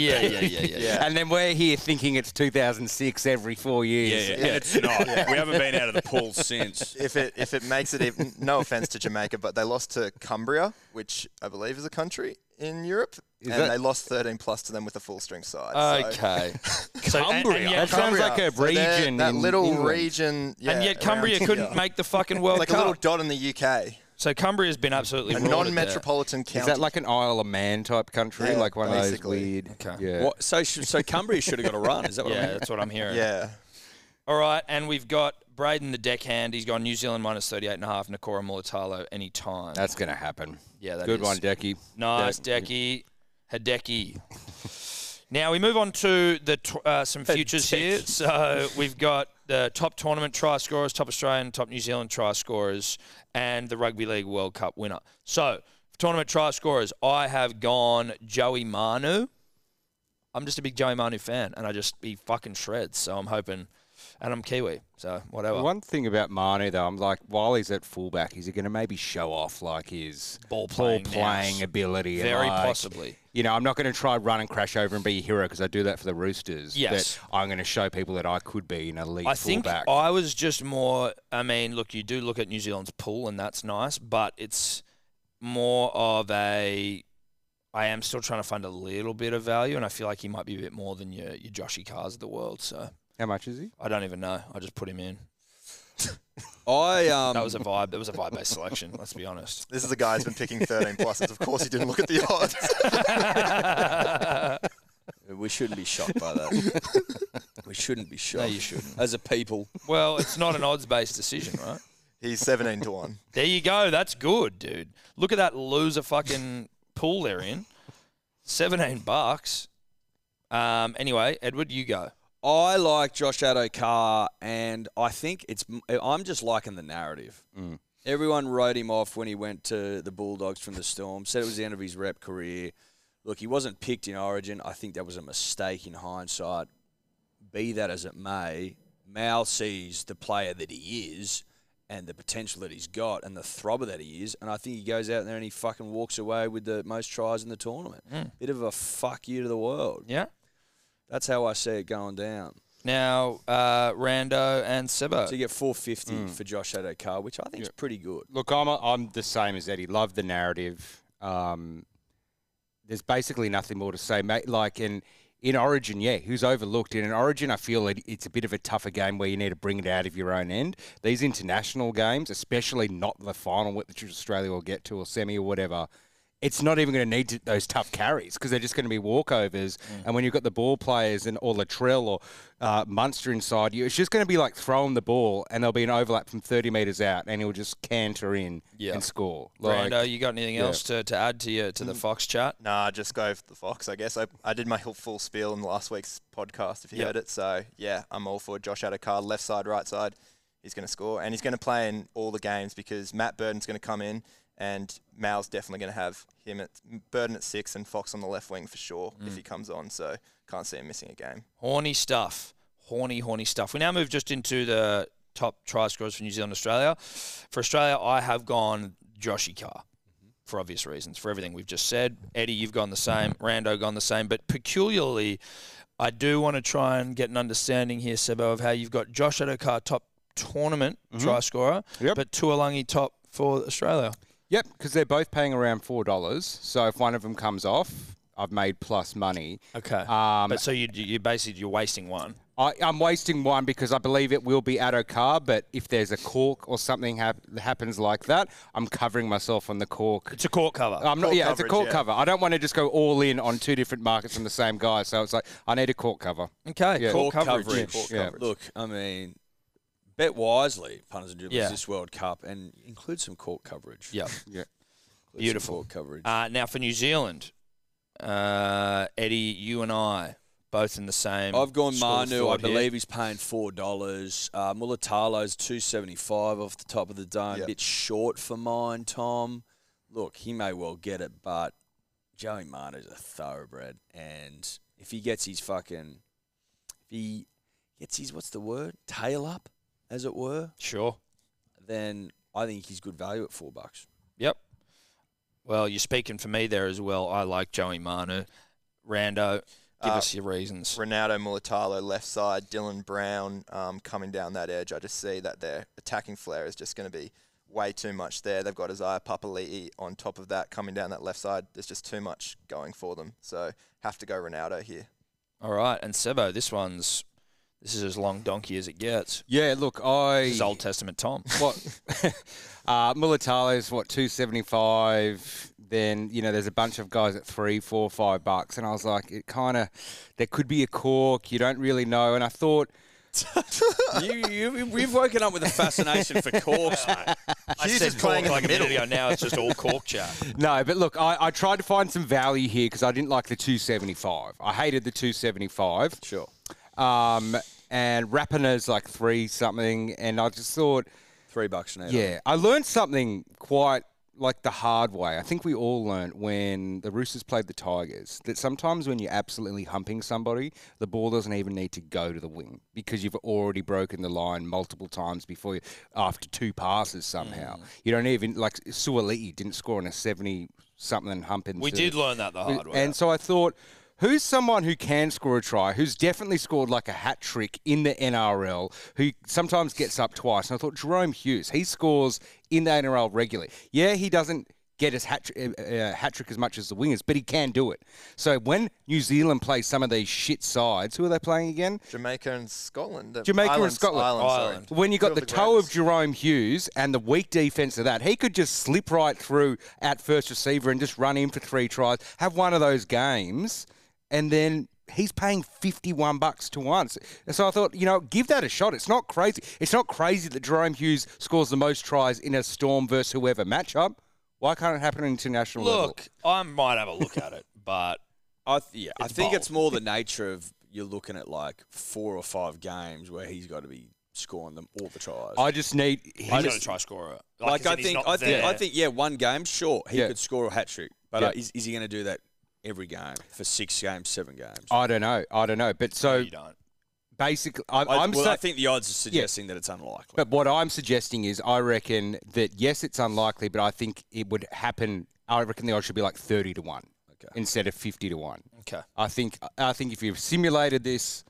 [laughs] Yeah, yeah, yeah, yeah. [laughs] Yeah. and then we're here thinking it's 2006 every four Yeah, years. yeah, and it's not. We haven't been out of the pool since. If it if it makes it even no offense to Jamaica, but they lost to Cumbria, which I believe is a country in Europe, Is and that- they lost 13 plus to them with a full string side. so- [laughs] Okay. So, and- and, That yet, sounds Cumbria. like a So they're- region that in little England. region. Yeah, and yet around Cumbria here. couldn't make the fucking World like a Cup. little dot in the UK, so Cumbria's been absolutely a rorted there. non-metropolitan county. Is that like an Isle of Man type country? Yeah, like one basically. of those weird. Okay. Yeah. What, so sh- so Cumbria should have got a run. Is that what I Yeah, mean? that's what I'm hearing. yeah, All right, and we've got Braden the deckhand. He's gone New Zealand minus 38 and a half, Nakora Mulatalo anytime. That's going to happen. yeah, that's Good one, Decky. Nice, Decky. Hideki. Now we move on to the t- uh, some futures here. So we've got the top tournament try scorers, top Australian, top New Zealand try scorers, and the Rugby League World Cup winner. So tournament try scorers, I have gone Joey Manu. I'm just a big Joey Manu fan, and I just he fucking shreds. So I'm hoping, and I'm Kiwi, so whatever. One thing about Manu, though, I'm like, while he's at fullback, is he going to maybe show off like his Ball playing nous. playing ability? and, Very like, possibly. You know, I'm not going to try run and crash over and be a hero because I do that for the Roosters. Yes. That I'm going to show people that I could be an elite I think fullback. I was just more. I mean, look, you do look at New Zealand's pool, and that's nice, but it's more of a. I am still trying to find a little bit of value, and I feel like he might be a bit more than your your Joshy Cars of the world. So How much is he? I don't even know. I just put him in. I um. That was a vibe. That was a vibe based selection. Let's be honest. this is a guy who's been picking 13 pluses. Of course, he didn't look at the [laughs] odds. We shouldn't be shocked by that. we shouldn't be shocked. you shouldn't. As a people, well, it's not an odds based decision, right? He's 17 to one. There you go. That's good, dude. Look at that loser fucking pool they're in. Seventeen bucks. Um. Anyway, Edward, you go. I like Josh Adokar, and I think it's. I'm just liking the narrative. Everyone wrote him off when he went to the Bulldogs from the Storm. Said it was the end of his rep career. Look, he wasn't picked in Origin. I think that was a mistake in hindsight. Be that as it may, Mal sees the player that he is and the potential that he's got and the throbber that he is. And I think he goes out there and he fucking walks away with the most tries in the tournament. Bit of a fuck you to the world. Yeah. That's how I see it going down. Now, uh, Rando and Uh, Sebo. So you get 450 mm. for Josh Adokar, which I think is pretty good. Look, I'm, a, I'm the same as Eddie. Love the narrative. Um, there's basically nothing more to say, mate. Like in in Origin, yeah, who's overlooked in an Origin? I feel it, it's a bit of a tougher game where you need to bring it out of your own end. These international games, especially not the final, which Australia will get to or semi or whatever. It's not even going to need to, those tough carries because they're just going to be walkovers. And when you've got the ball players and or Latrell or uh, Munster inside you, it's just going to be like throwing the ball and there'll be an overlap from 30 metres out and he'll just canter in Yeah. and score. Like, Mm. Rando, you got anything else to, to add to your to the Fox chat? Nah, just go for the Fox, I guess. I, I did my whole full spiel in last week's podcast, if you Yep. heard it. So, yeah, I'm all for Josh Adokar, left side, right side. He's going to score. And he's going to play in all the games because Matt Burden's going to come in and Mal's definitely going to have him at Burden at six and Fox on the left wing for sure if he comes on. So, can't see him missing a game. Horny stuff. Horny, horny stuff. We now move just into the top try scorers for New Zealand, Australia. For Australia, I have gone Joshy Carr Mm-hmm. for obvious reasons, for everything we've just said. Eddie, you've gone the same. Mm-hmm. Rando, gone the same. But peculiarly, I do want to try and get an understanding here, Sebo, of how you've got Josh Adokar top tournament try scorer, Mm-hmm. Yep. but Tuolungi top for Australia. Yep, because they're both paying around four dollars. So if one of them comes off, I've made plus money. Okay. Um, but so you you basically you're wasting one. I, I'm wasting one because I believe it will be Adokar, but if there's a cork or something hap- happens like that, I'm covering myself on the cork. It's a court cover. I'm not, Cork yeah, it's a coverage, cork yeah. cover. I don't want to just go all in on two different markets from the same guy. So it's like, I need a cork cover. okay. yeah. Court, Court coverage. coverage. Court Yeah. coverage. Look, I mean, bet wisely, punters and dribblers, Yeah. this World Cup, and include some court coverage. Yep. Yeah. Include some Beautiful. court coverage. Uh, now for New Zealand, uh, Eddie, you and I both in the same. I've gone school of Manu. I thought here. believe he's paying four dollars. Uh, Mulatalo's two seventy five off the top of the dome. Yep. Bit short for mine, Tom. Look, he may well get it, but Joey Manu's a thoroughbred, and if he gets his fucking, if he gets his what's the word tail up, as it were, Sure. then I think he's good value at four bucks. Yep. Well, you're speaking for me there as well. I like Joey Manu. Rando, give Uh, us your reasons. Ronaldo Mulatalo left side, Dylan Brown um, coming down that edge. I just see that their attacking flair is just going to be way too much there. They've got Isaiah Papali'i on top of that coming down that left side. There's just too much going for them. So have to go Ronaldo here. All right, and Sebo, this one's this is as long donkey as it gets. Yeah, look, I This is Old Testament Tom. what [laughs] uh Mulatalo's what 275 then you know there's a bunch of guys at three four five bucks and I was like it kind of there could be a cork you don't really know and I thought you, you, you've woken up with a fascination for [laughs] corks, mate. [laughs] I Hughes said is playing cork in like a the minute [laughs] ago. Now it's just all cork chat. no but look I, I tried to find some value here because I didn't like the 275 I hated the 275 Sure. um and Rapina's like three something and I just thought Three bucks an Yeah, I learned something quite like the hard way. I think we all learned when the Roosters played the Tigers that sometimes when you're absolutely humping somebody, the ball doesn't even need to go to the wing because you've already broken the line multiple times before you, after two passes somehow. Mm. You don't even like Suoliti didn't score on a 70 something hump in We the- did learn that the hard way. and so I thought, who's someone who can score a try, who's definitely scored like a hat trick in the NRL, who sometimes gets up twice? And I thought Jerome Hughes. He scores in the NRL regularly. Yeah, he doesn't get his hat, tri- uh, uh, hat trick as much as the wingers, but he can do it. So when New Zealand plays some of these shit sides, who are they playing again? Jamaica and Scotland. uh, Jamaica and Islands- Scotland. Island, sorry. Ireland. When you Two got the, of the toe of greatest. Jerome Hughes and the weak defense of that, he could just slip right through at first receiver and just run in for three tries, have one of those games, and then he's paying 51 bucks to once. And so I thought, you know, give that a shot. It's not crazy. It's not crazy that Jerome Hughes scores the most tries in a Storm versus whoever matchup. Why can't it happen at international level? Look, I might have a look at it, but I th- yeah, I It's think bold. it's more the nature of you're looking at like four or five games where he's got to be scoring them all the tries. I just need. he's got to try scorer. like as in I he's think not I think I there. think yeah, one game sure he Yeah. could score a hat trick, but uh, Yeah. is, is he going to do that every game for six games, seven games? I don't know. I don't know. But so you don't. basically, I, I, I'm well, sa- I think the odds are suggesting that it's unlikely. But what I'm suggesting is, I reckon that yes, it's unlikely, but I think it would happen. I reckon the odds should be like thirty to one instead of fifty to one. Okay. I think I think if you've simulated this,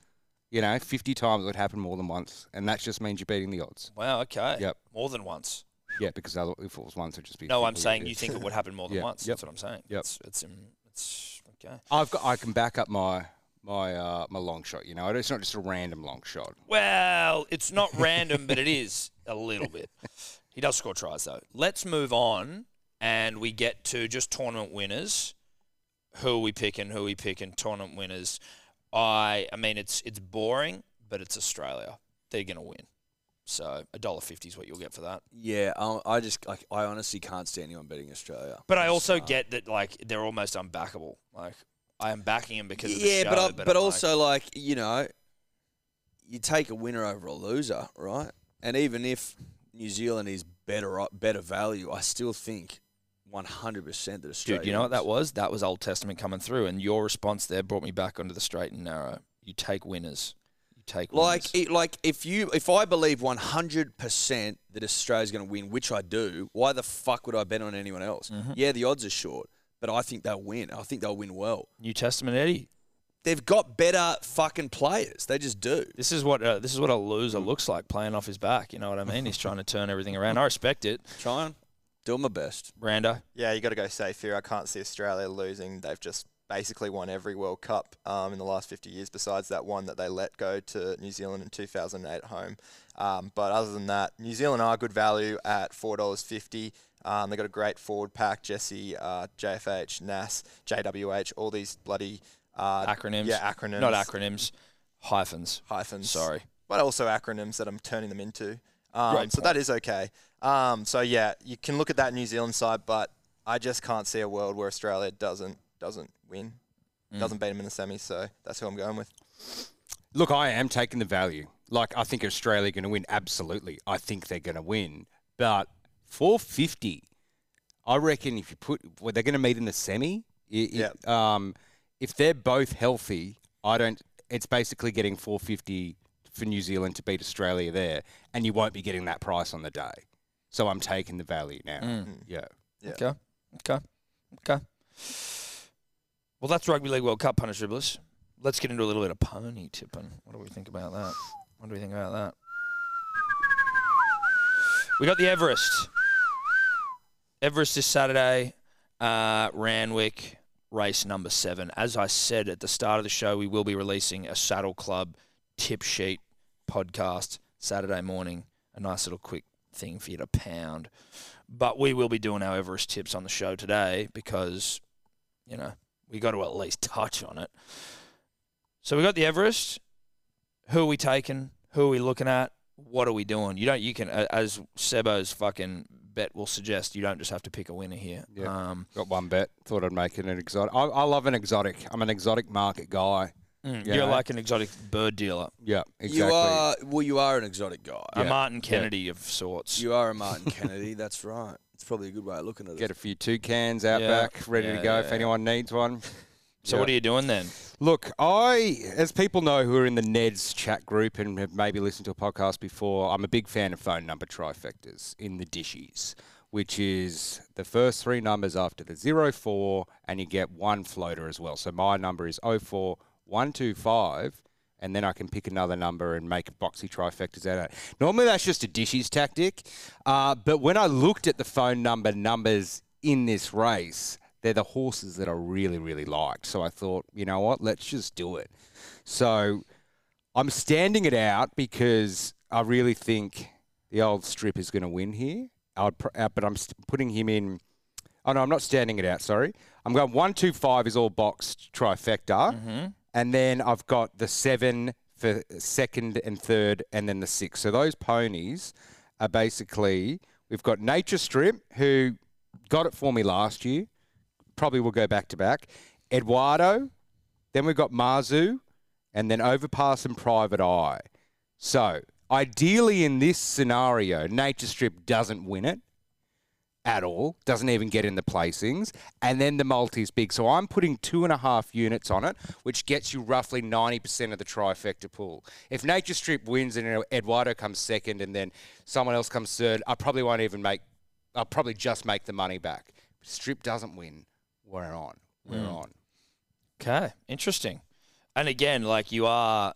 you know, fifty times, it would happen more than once, and that just means you're beating the odds. Wow. Okay. Yep. More than once. Yeah, because other- if it was once, it'd just be. No, I'm 50. saying you think it would happen more than Yeah. once. Yep. That's what I'm saying. Yep. It's, it's, um, it's okay. I've got. I can back up my my uh, my long shot. You know, it's not just a random long shot. Well, it's [laughs] not random, but it is a little bit. He does score tries though. Let's move on, and we get to just tournament winners. Who are we picking? Who are we picking? Tournament winners. I, I mean, it's it's boring, but it's Australia. They're gonna win. So a dollar fifty is what you'll get for that. yeah, um, I just like I honestly can't stand anyone betting Australia. But I just also can't. get that like they're almost unbackable. Like I am backing him because of the yeah, show, but I, but I'm like, also like you know, you take a winner over a loser, right? And even if New Zealand is better o- better value, I still think 100 percent that Australia. Dude, you know what that wins. was? That was Old Testament coming through, and your response there brought me back onto the straight and narrow. You take winners. You take Like, winners. it, like if you if I believe 100 percent that Australia's going to win, which I do, why the fuck would I bet on anyone else? Mm-hmm. Yeah, the odds are short, but I think they'll win. I think they'll win well. New Testament Eddie. They've got better fucking players. They just do. This is what uh, this is what a loser looks like playing off his back. You know what I mean? He's trying to turn everything around. I respect it, Try and do my best. Rando. Yeah, you got to go safe here. I can't see Australia losing. They've just basically won every World Cup um, in the last 50 years, besides that one that they let go to New Zealand in 2008 at home. Um, but other than that, New Zealand are good value at $4.50. Um, they got a great forward pack: Jesse, uh, JFH, Nas, JWH, all these bloody uh, Acronyms. Yeah, acronyms. Not acronyms, hyphens. Hyphens Sorry. but also acronyms that I'm turning them into. Um, so that is okay. Um, so yeah, you can look at that New Zealand side, but I just can't see a world where Australia doesn't doesn't win, doesn't beat them in the semi. So that's who I'm going with. Look, I am taking the value. Like, I think Australia going to win. Absolutely, I think they're going to win. But four fifty, I reckon if you put, well, they're going to meet in the semi. I- i- Um, if they're both healthy, I don't. It's basically getting four fifty for New Zealand to beat Australia there, and you won't be getting that price on the day. So I'm taking the value now. Mm. Mm. Mm. Yeah. Okay. Okay. Okay. Well, that's Rugby League World Cup punish dribblers. Let's get into a little bit of pony tipping. What do we think about that? What do we think about that? We got the Everest. Everest this Saturday, uh, Ranwick, race number seven. As I said at the start of the show, we will be releasing a Saddle Club tip sheet podcast Saturday morning. A nice little quick thing for you to pound. But we will be doing our Everest tips on the show today because, you know, we got to at least touch on it. So we got the Everest. Who are we taking? Who are we looking at? What are we doing? You don't. You can, a- as Sebo's fucking bet will suggest, you don't just have to pick a winner here. Yeah. Um, Got one bet. Thought I'd make it an exotic. I, I love an exotic. I'm an exotic market guy. mm, Yeah. You're like an exotic bird dealer, Yeah, exactly. You are well. You are an exotic guy. a Yeah. Martin Kennedy of sorts. You are a Martin Kennedy. That's right. It's probably a good way of looking at it. Get a few toucans out Yeah. back, ready Yeah, to go yeah, if yeah. anyone needs one. so Yeah. what are you doing then? Look, I, as people know who are in the Neds chat group and have maybe listened to a podcast before, I'm a big fan of phone number trifectas in the dishes, which is the first three numbers after the zero four, and you get one floater as well. So my number is 04125, and then I can pick another number and make boxy trifectas out of it. Normally that's just a dishes tactic, uh, but when I looked at the phone number numbers in this race, they're the horses that I really, really liked. So I thought, you know what, let's just do it. So I'm standing it out because I really think the old strip is going to win here. I'd pr- uh, but I'm st- putting him in. Oh no, I'm not standing it out. Sorry, I'm going one, two, five is all boxed trifecta, and then I've got the seven for second and third, and then the six. So those ponies are basically we've got Nature Strip who got it for me last year. Probably will go back to back. Eduardo, then we've got Marzu, and then Overpass and Private Eye. So ideally, in this scenario, Nature Strip doesn't win it at all, doesn't even get in the placings, and then the multi's big. So I'm putting two and a half units on it, which gets you roughly 90% of the trifecta pool. If Nature Strip wins and Eduardo comes second and then someone else comes third, I probably won't even make, I'll probably just make the money back. Strip doesn't win, we're on. We're on. Okay, interesting. And again, like you are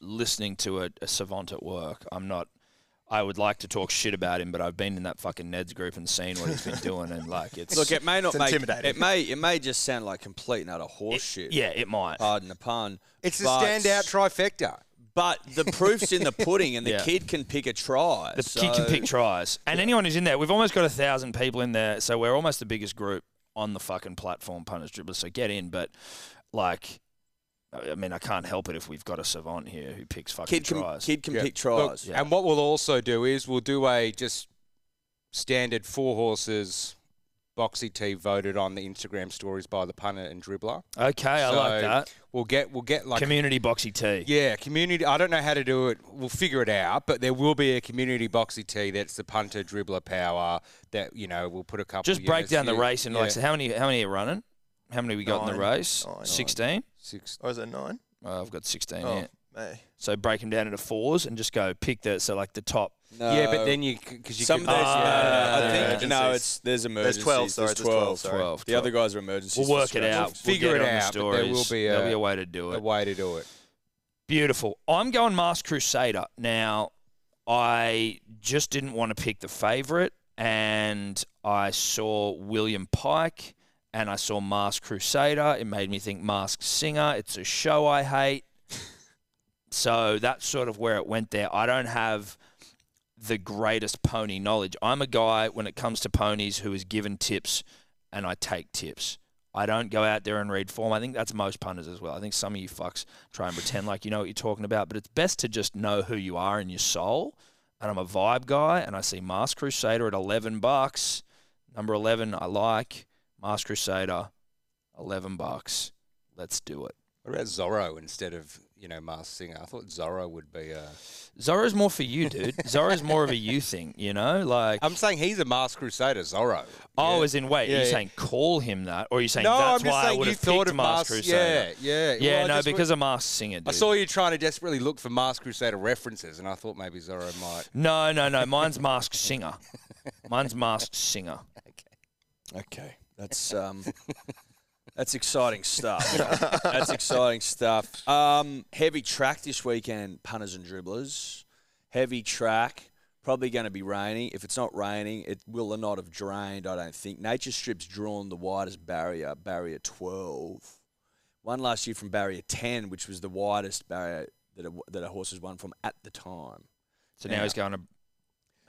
listening to a, a savant at work. I'm not. I would like to talk shit about him, but I've been in that fucking Ned's group and seen what he's been doing, and [laughs] like it's Look, it may not make intimidating. it may it may just sound like complete and utter horseshit. yeah, it might. Pardon the pun. It's the but- standout trifecta. But the proof's in the pudding, and the Yeah. kid can pick a try. the kid can pick tries, and anyone who's in there, we've almost got a thousand people in there, so we're almost the biggest group on the fucking platform, punters dribblers. So get in, but like, I I mean, I can't help it if we've got a savant here who picks fucking Kid can, tries. kid can Yeah. pick Look, tries. Yeah. And what we'll also do is we'll do a just standard four horses boxy tee voted on the Instagram stories by the punter and dribbler. okay, I like So that. We'll get we'll get like Community boxy tea. yeah community. I don't know how to do it. We'll figure it out. But there will be a community boxy tee that's the punter dribbler power that you know we'll put a couple. Just break units down the in. race and like, Yeah. so how many how many are running? How many we got in the Nine. race? Nine. Sixteen. six. Or is it nine? Oh, I've got sixteen Oh, here. mate. So break them down into fours and just go pick the so like the top. No. yeah, but then you because you some can, of those. Ah, no, no, no, yeah, I yeah, think yeah. no. It's there's There's emergencies. 12, sorry. There's 12, sorry. 12, The other guys are emergencies. We'll work for it scratch. out. figure we'll it get on out, The but there will stories. be There'll a- be a way to do a it. way to do it. Beautiful. I'm going Masked Crusader. Now, I just didn't want to pick the favorite, and I saw William Pike and I saw Masked Crusader. It made me think Masked Singer. It's a show I hate. so that's sort of where it went there. I don't have the greatest pony knowledge. I'm a guy when it comes to ponies who is given tips and I take tips. I don't go out there and read form. I think that's most punters as well. I think some of you fucks try and pretend like you know what you're talking about, but it's best to just know who you are in your soul. And I'm a vibe guy, and I see Mars Crusader at 11 bucks. Number 11, I like. Mars Crusader, 11 bucks. Let's do it. What about Zorro instead of you know Mars Singer? I thought Zorro would be a. Zorro's more for you, [laughs] dude. Zorro's more of a you thing, you know? Like, I'm saying he's a masked crusader, Zorro. oh, Yeah. as in, wait, are Yeah, you yeah. saying call him that? Or are you saying no, that's I'm just why I saying would you have thought picked of Mars Mars Crusader? Yeah, yeah. Yeah, Well, I no, just- because of Mars Singer, dude. I saw you trying to desperately look for Mars Crusader references, and I thought maybe Zorro might. No, no, no. Mine's Masked Singer. Mine's Masked Singer. Okay, that's um, that's exciting stuff. that's exciting stuff. Um, heavy track this weekend, punters and dribblers. Heavy track. Probably going to be rainy. If it's not raining, it will not have drained, I don't think. Nature Strip's drawn the widest barrier, barrier 12. One last year from barrier 10, which was the widest barrier that a, that a horse has won from at the time. So now he's going to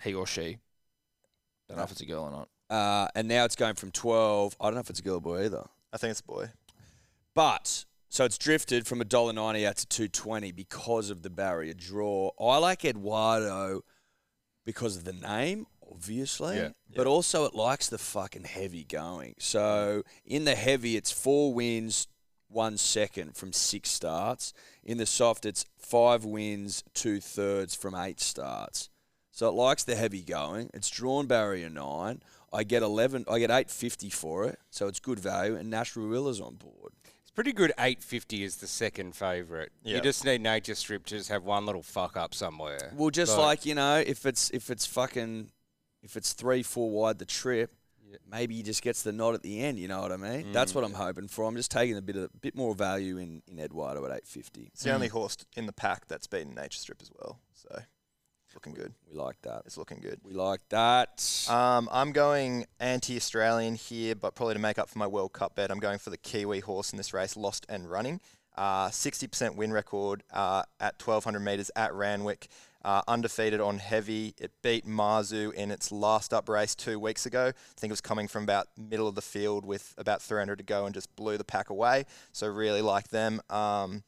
he or she. Don't know if it's a girl or not. Uh, and now it's going from 12. I don't know if it's a girl or boy either. I think it's a boy. But so it's drifted from $1.90 out to 220 because of the barrier draw. I like Eduardo because of the name, obviously, Yeah. but also it likes the fucking heavy going. So in the heavy, it's four wins, one second from six starts. In the soft, it's five wins, two thirds from eight starts. So it likes the heavy going. It's drawn barrier nine. I get eleven. I get eight fifty for it, so it's good value. And Nash Ruilla's on board. It's pretty good. Eight fifty is the second favourite. Yeah. You just need nature strip to just have one little fuck up somewhere. Well, just Right. like you know, if it's if it's fucking if it's three four wide the trip, maybe he just gets the nod at the end. You know what I mean? That's what I'm hoping for. I'm just taking a bit of bit more value in in Eduardo at eight fifty. It's the only horse in the pack that's beaten Nature Strip as well. So it's looking good. We like that. It's looking good. We like that. Um, I'm going anti-Australian here, but probably to make up for my World Cup bet, I'm going for the Kiwi horse in this race, Lost and Running. Uh, 60% win record uh, at 1200 meters at Ranwick. Uh, undefeated on heavy. It beat Marzu in its last up race two weeks ago. I think it was coming from about middle of the field with about 300 to go and just blew the pack away. So really like them. Um,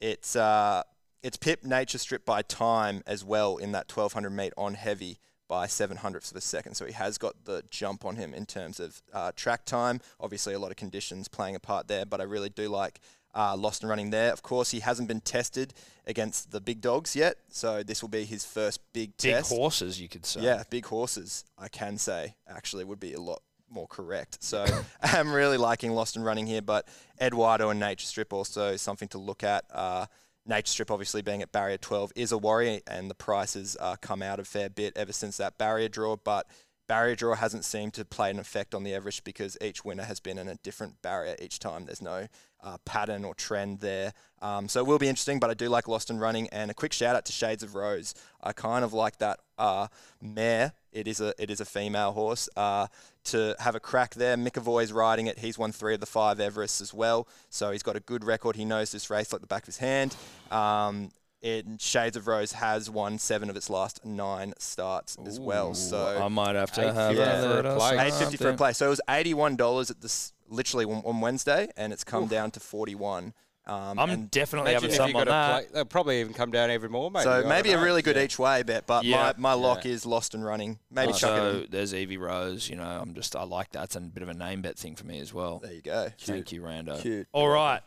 it's uh, it's Pip Nature Strip by time as well in that 1200 meet on heavy by seven hundredths of a second. So he has got the jump on him in terms of uh, track time. Obviously, a lot of conditions playing a part there, but I really do like uh, Lost and Running there. Of course, he hasn't been tested against the big dogs yet, so this will be his first big Big test. horses, you could say. Yeah, big horses, I can say, actually would be a lot more correct. So I'm really liking Lost and Running here, but Eduardo and Nature Strip also something to look at. Uh, Nature Strip, obviously being at barrier 12, is a worry, and the prices uh, come out a fair bit ever since that barrier draw. But barrier draw hasn't seemed to play an effect on the average because each winner has been in a different barrier each time. There's no uh, pattern or trend there. Um, so it will be interesting, but I do like Lost and Running. And a quick shout out to Shades of Rose. I kind of like that uh, mare. It is a it is a female horse. Uh, to have a crack there, McAvoy's riding it. He's won three of the five Everests as well, so he's got a good record. He knows this race like the back of his hand. Um, and Shades of Rose has won seven of its last nine starts as well. So I might have to have 8.50 another for a place. something. Eight fifty for a play. So it was eighty one dollars at this literally on on Wednesday, and it's come down to forty one. Um, I'm and definitely having Imagine if you something on got a that. play- they'll probably even come down even more, maybe. I so don't maybe a know. really good Yeah. each way bet, but Yeah. Oh, my, my lock is lost and running. Maybe chuck it. so in. there's Evie Rose. You know, I'm just I like that. It's a bit of a name bet thing for me as well. There you go. Thank you, Rando. Cute. All right.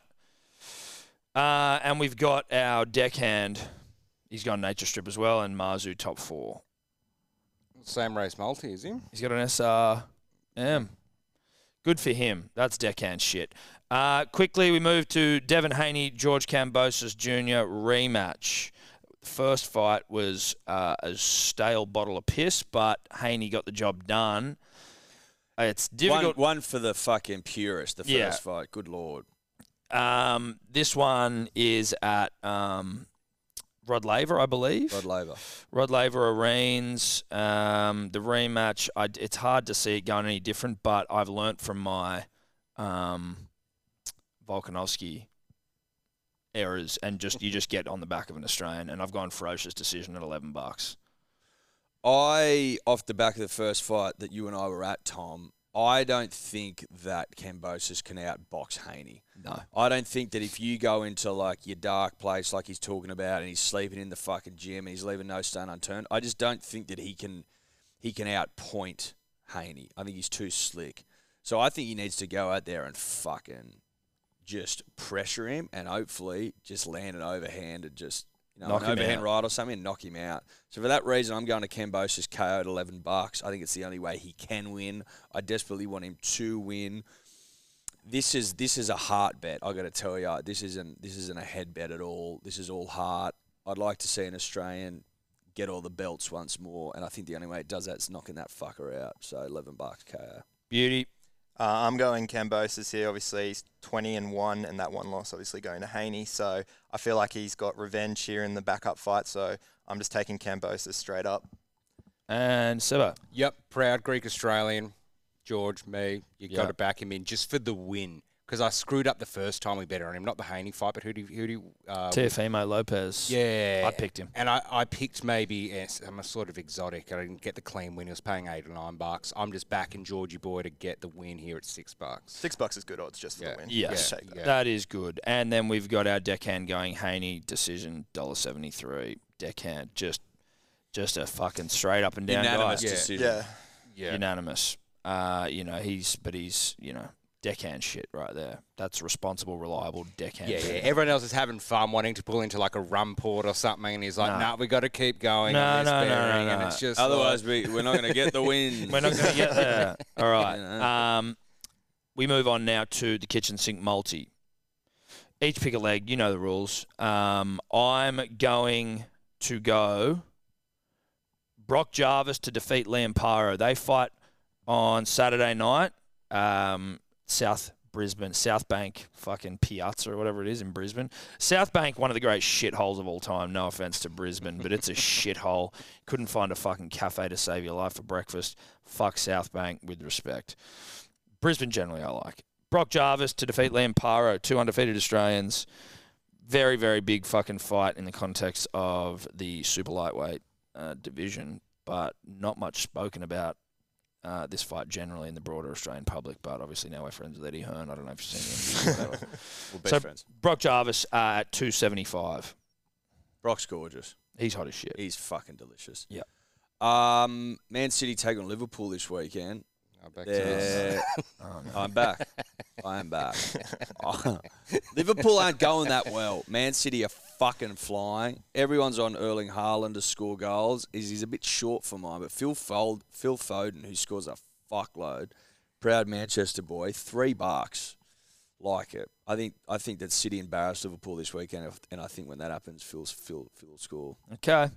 Uh, and we've got our deckhand. He's gone nature strip as well, and Marzu top four. Same race multi, is him? He's got an SRM. Good for him. That's deckhand shit. Uh, quickly, we move to Devin Haney, George Cambosis Jr. rematch. First fight was uh, a stale bottle of piss, but Haney got the job done. Uh, It's one, difficult. one for the fucking purist. The first Yeah. fight. Good lord. Um, this one is at um, Rod Laver, I believe. God labour. Rod Laver Arenes. Um, the rematch, I, it's hard to see it going any different, but I've learnt from my um, Volkanovski errors and just you just get on the back of an Australian and I've gone ferocious decision at 11 bucks. [laughs] I, off the back of the first fight that you and I were at, Tom, I don't think that Cambosis can outbox Haney. No. I don't think that if you go into like your dark place, like he's talking about, and he's sleeping in the fucking gym and he's leaving no stone unturned, I just don't think that he can he can outpoint Haney. I think he's too slick. So I think he needs to go out there and fucking just pressure him and hopefully just land an overhand and just you know Knock an him overhand out. right or something and knock him out. So for that reason, I'm going to Cambosis KO at 11 bucks. I think it's the only way he can win. I desperately want him to win. This is this is a heart bet. I got to tell you, this isn't this isn't a head bet at all. This is all heart. I'd like to see an Australian get all the belts once more, and I think the only way it does that is knocking that fucker out. So 11 bucks KO. Beauty. Uh, I'm going Cambosis here. Obviously, he's 20 and 1, and that one loss obviously going to Haney. So I feel like he's got revenge here in the backup fight. So I'm just taking Cambosis straight up. and Seba. Yep, proud Greek Australian, George, me. You Yep. got to back him in just for the win because I screwed up the first time we bet on him, not the Haney fight, but who do you- who do you, uh, we- Teofimo Lopez. yeah, I picked him. and I, I picked maybe yes, I'm a sort of exotic. I didn't get the clean win. He was paying eight or nine bucks. I'm just backing Georgie boy to get the win here at six bucks. Six bucks is good odds just for Yeah. the win. Yes, Yeah, Take yeah. that is good. And then we've got our deckhand going Haney decision dollar seventy three deckhand just just a fucking straight up and down Unanimous guy. Yeah. decision. Yeah. Yeah, Unanimous. Uh, you know he's but he's you know deckhand shit right there. That's responsible, reliable deckhand. yeah, yeah. shit. Everyone else is having fun, wanting to pull into like a rum port or something, and he's like, No. "Nah, we got to keep going." No, on this no, no, no, bearing," And no. it's just like- Otherwise, we, we're not going [laughs] to get the win. We're not going to get [laughs] there. All right. Um, we move on now to the kitchen sink multi. Each pick a leg. You know the rules. Um, I'm going to go Brock Jarvis to defeat Liam Pyro. They fight on Saturday night. Um, South Brisbane, South Bank, fucking Piazza or whatever it is in Brisbane. South Bank, one of the great shitholes of all time. No offense to Brisbane, but it's a [laughs] shithole. Couldn't find a fucking cafe to save your life for breakfast. Fuck South Bank with respect. Brisbane generally I like. Brock Jarvis to defeat Liam Paro, two undefeated Australians. Very, very big fucking fight in the context of the super lightweight uh, division, but not much spoken about uh, this fight generally in the broader Australian public. But obviously now we're friends with Eddie Hearn. I don't know if you've [laughs] seen him. whatever. We're best So- friends. Brock Jarvis uh, at 275. Brock's gorgeous. He's hot as shit. He's fucking delicious. Yep. Um, Man City take on Liverpool this weekend. Oh, back to us. They're- [laughs] Oh, no. I'm back. I [laughs] am back. Oh. Liverpool aren't going that well. Man City are fucking flying. Everyone's on Erling Haaland to score goals. He's, he's a bit short for mine, but Phil Fold, Phil Foden, who scores a fuckload, proud Manchester boy, three bucks. Like it. I think I think that City embarrassed Liverpool this weekend, and I think when that happens, Phil Phil Phil score. Okay.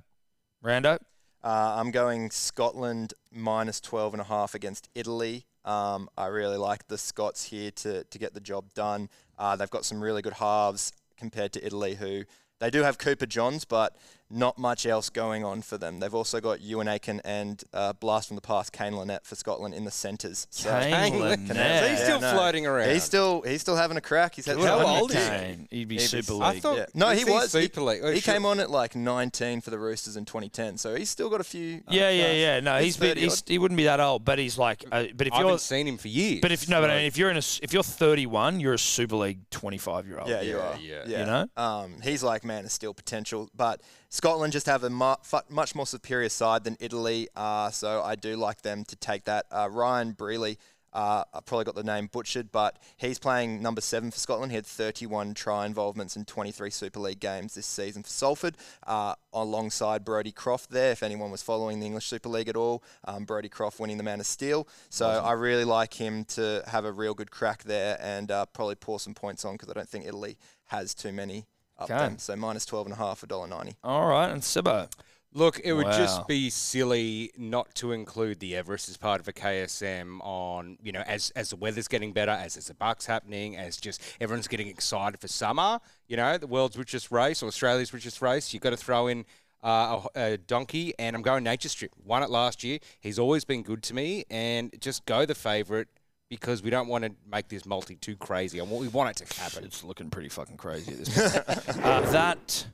Rando? Uh, I'm going Scotland minus 12 and a half against Italy. Um, I really like the Scots here to, to get the job done. Uh, they've got some really good halves compared to Italy, who they do have Cooper Johns, but not much else going on for them. They've also got Ewan Aiken and uh, Blast from the Past, Kane Lynette for Scotland in the centres. So Kane Lynette. Lynette. He's still floating around. He's still he's still having a crack. He's had How some old is he? kick. Kane. He'd be He'd be Super Super League. I thought Yeah. No, is he was. Super League. Oh, He sure. came on at like 19 for the Roosters in 2010, so he's still got a few. uh, yeah, yeah, yeah. No, He's he's, been, 30 he's odd. he wouldn't be that old, but he's like, uh, but if I you're, haven't seen him for years. but if no, but I mean, if you're in a, s- if you're 31, you're a Super League 25 year old. Yeah, you Yeah, are. yeah. You know? Um, he's like, man, there's still potential. But Scotland just have a mu- fu- much more superior side than Italy. Uh, so I do like them to take that. Uh, Ryan Brealey, uh, I probably got the name butchered, but he's playing number seven for Scotland. He had 31 try involvements in 23 Super League games this season for Salford, uh, alongside Brody Croft there. If anyone was following the English Super League at all, um, Brody Croft winning the Man of Steel. So I really like him to have a real good crack there and uh, probably pour some points on because I don't think Italy has too many up Okay. them. So minus 12 and a half, a dollar 90. All right, and Sibbo. Look, it would Wow. just be silly not to include the Everest as part of a KSM on, you know, as as the weather's getting better, as there's a bucks happening, as just everyone's getting excited for summer, you know, the world's richest race or Australia's richest race, you've got to throw in uh, a, h- a donkey and I'm going Nature Strip. Won it last year. He's always been good to me and just go the favorite because we don't want to make this multi too crazy and what we want it to happen. It's looking pretty fucking crazy at this point. uh, that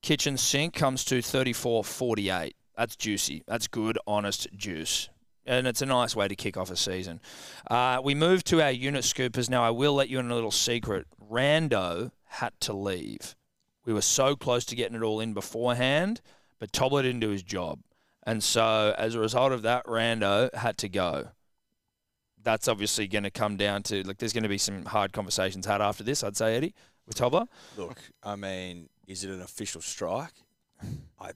kitchen sink comes to 34.48. That's juicy. That's good, honest juice. And it's a nice way to kick off a season. Uh, we move to our unit scoopers. Now, I will let you in a little secret. Rando had to leave. We were so close to getting it all in beforehand, but Tobler didn't do his job. And so, as a result of that, Rando had to go that's obviously going to come down to like there's going to be some hard conversations had after this. I'd say Eddie with Tobler. Look, I mean, is it an official strike? I,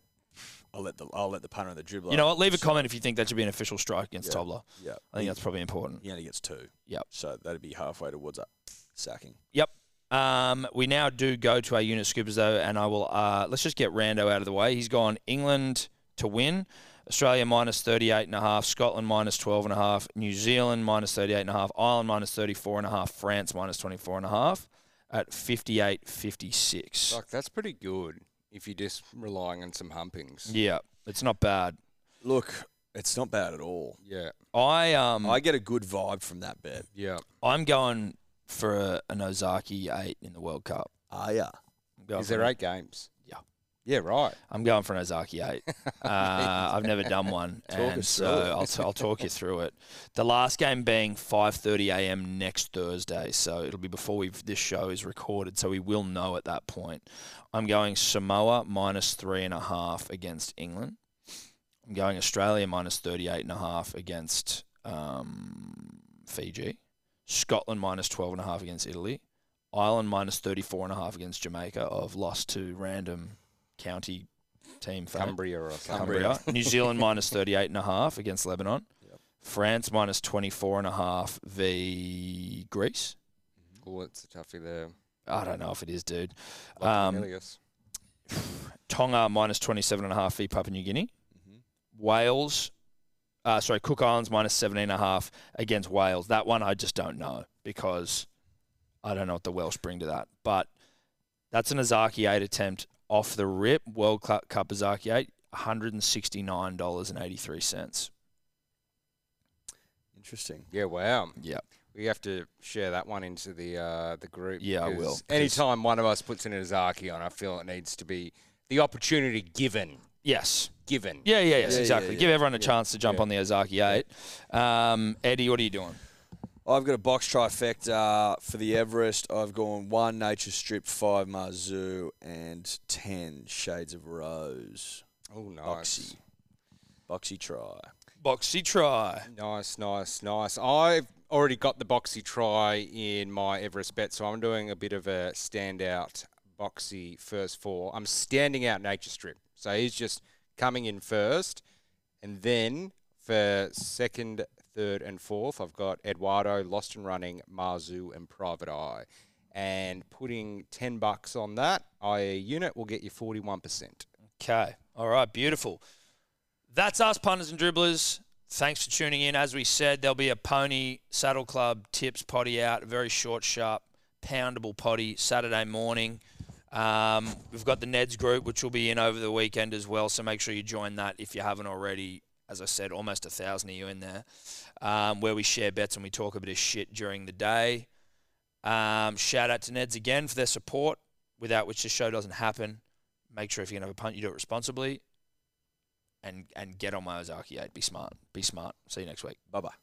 I'll let the I'll let the punter and the dribbler. you know what? Leave a comment if you think that should be an official strike against Yeah. Tobler. Yeah, I think that's probably important. he only gets two. Yep. So that'd be halfway towards a sacking. Um, we now do go to our unit scoopers though, and I will. Uh, let's just get Rando out of the way. He's gone England to win. Australia minus 38 and a half, Scotland minus 12 and a half, New Zealand minus 38 and a half, Ireland minus 34 and a half, France minus 24 and a half at 58 56. Fuck, that's pretty good if you're just relying on some humpings. Yeah, it's not bad. Look, It's not bad at all. Yeah. I um I get a good vibe from that bet. Yeah. I'm going for a, an Ozaki eight in the World Cup. Ah, yeah. I'm going Is for there an- eight games? Yeah. Yeah, right. I'm going for an Ozaki [laughs] eight. Uh, I've never done one, and us so through it. I'll, t- I'll talk you through it. The last game being 5:30 a.m. next Thursday, so it'll be before we've, this show is recorded, so we will know at that point. I'm going Samoa minus three and a half against England. I'm going Australia minus 38 and a half against um, Fiji. Scotland minus 12 and a half against Italy. Ireland minus 34 and a half against Jamaica. I've lost to random county team fame. Cumbria or something. Cumbria. New Zealand minus 38 and a half against Lebanon. Yep. France minus 24 and a half v Greece. Oh, it's a toughie there. I don't know if it is, dude. Um, Um, Tonga minus 27 and a half v Papua New Guinea. Mhm. Wales, uh, sorry, Cook Islands minus 17 and a half against Wales. That one I just don't know because I don't know what the Welsh bring to that. But that's an Azaki 8 attempt off the rip. World Cu- Cup Azaki 8, $169.83. Interesting. yeah, wow. Yeah. We have to share that one into the uh, the group. Yeah, I will, 'cause 'cause- Anytime one of us puts an Azaki on, I feel it needs to be the opportunity given. Yes. Given. Yeah, yeah, Yeah, yes, yeah, exactly. yeah. Give everyone a chance to jump yeah. on the Ozaki 8. Um, Eddie, what are you doing? I've got a box trifecta uh, for the Everest. I've gone one Nature Strip, five Marzu, and ten Shades of Rose. Oh, nice. Boxy. Boxy try. Boxy try. Nice, nice, nice. I've already got the boxy try in my Everest bet, so I'm doing a bit of a standout boxy first four. I'm standing out Nature Strip, so he's just coming in first, and then for second, third, and fourth, I've got Eduardo, Lost and Running, Marzu, and Private Eye, and putting ten bucks on that IA unit will get you forty-one percent. Okay. All right. Beautiful. That's us, punters and dribblers. Thanks for tuning in. As we said, there'll be a pony saddle club tips potty out, a very short, sharp, poundable potty Saturday morning. Um, we've got the Neds group, which will be in over the weekend as well. So make sure you join that if you haven't already. As I said, almost a thousand of you in there, um, where we share bets and we talk a bit of shit during the day. Um, shout out to Neds again for their support, without which the show doesn't happen make sure if you're gonna have a punt, you do it responsibly. And and get on my Ozaki eight. Be smart. Be smart. See you next week. Bye bye.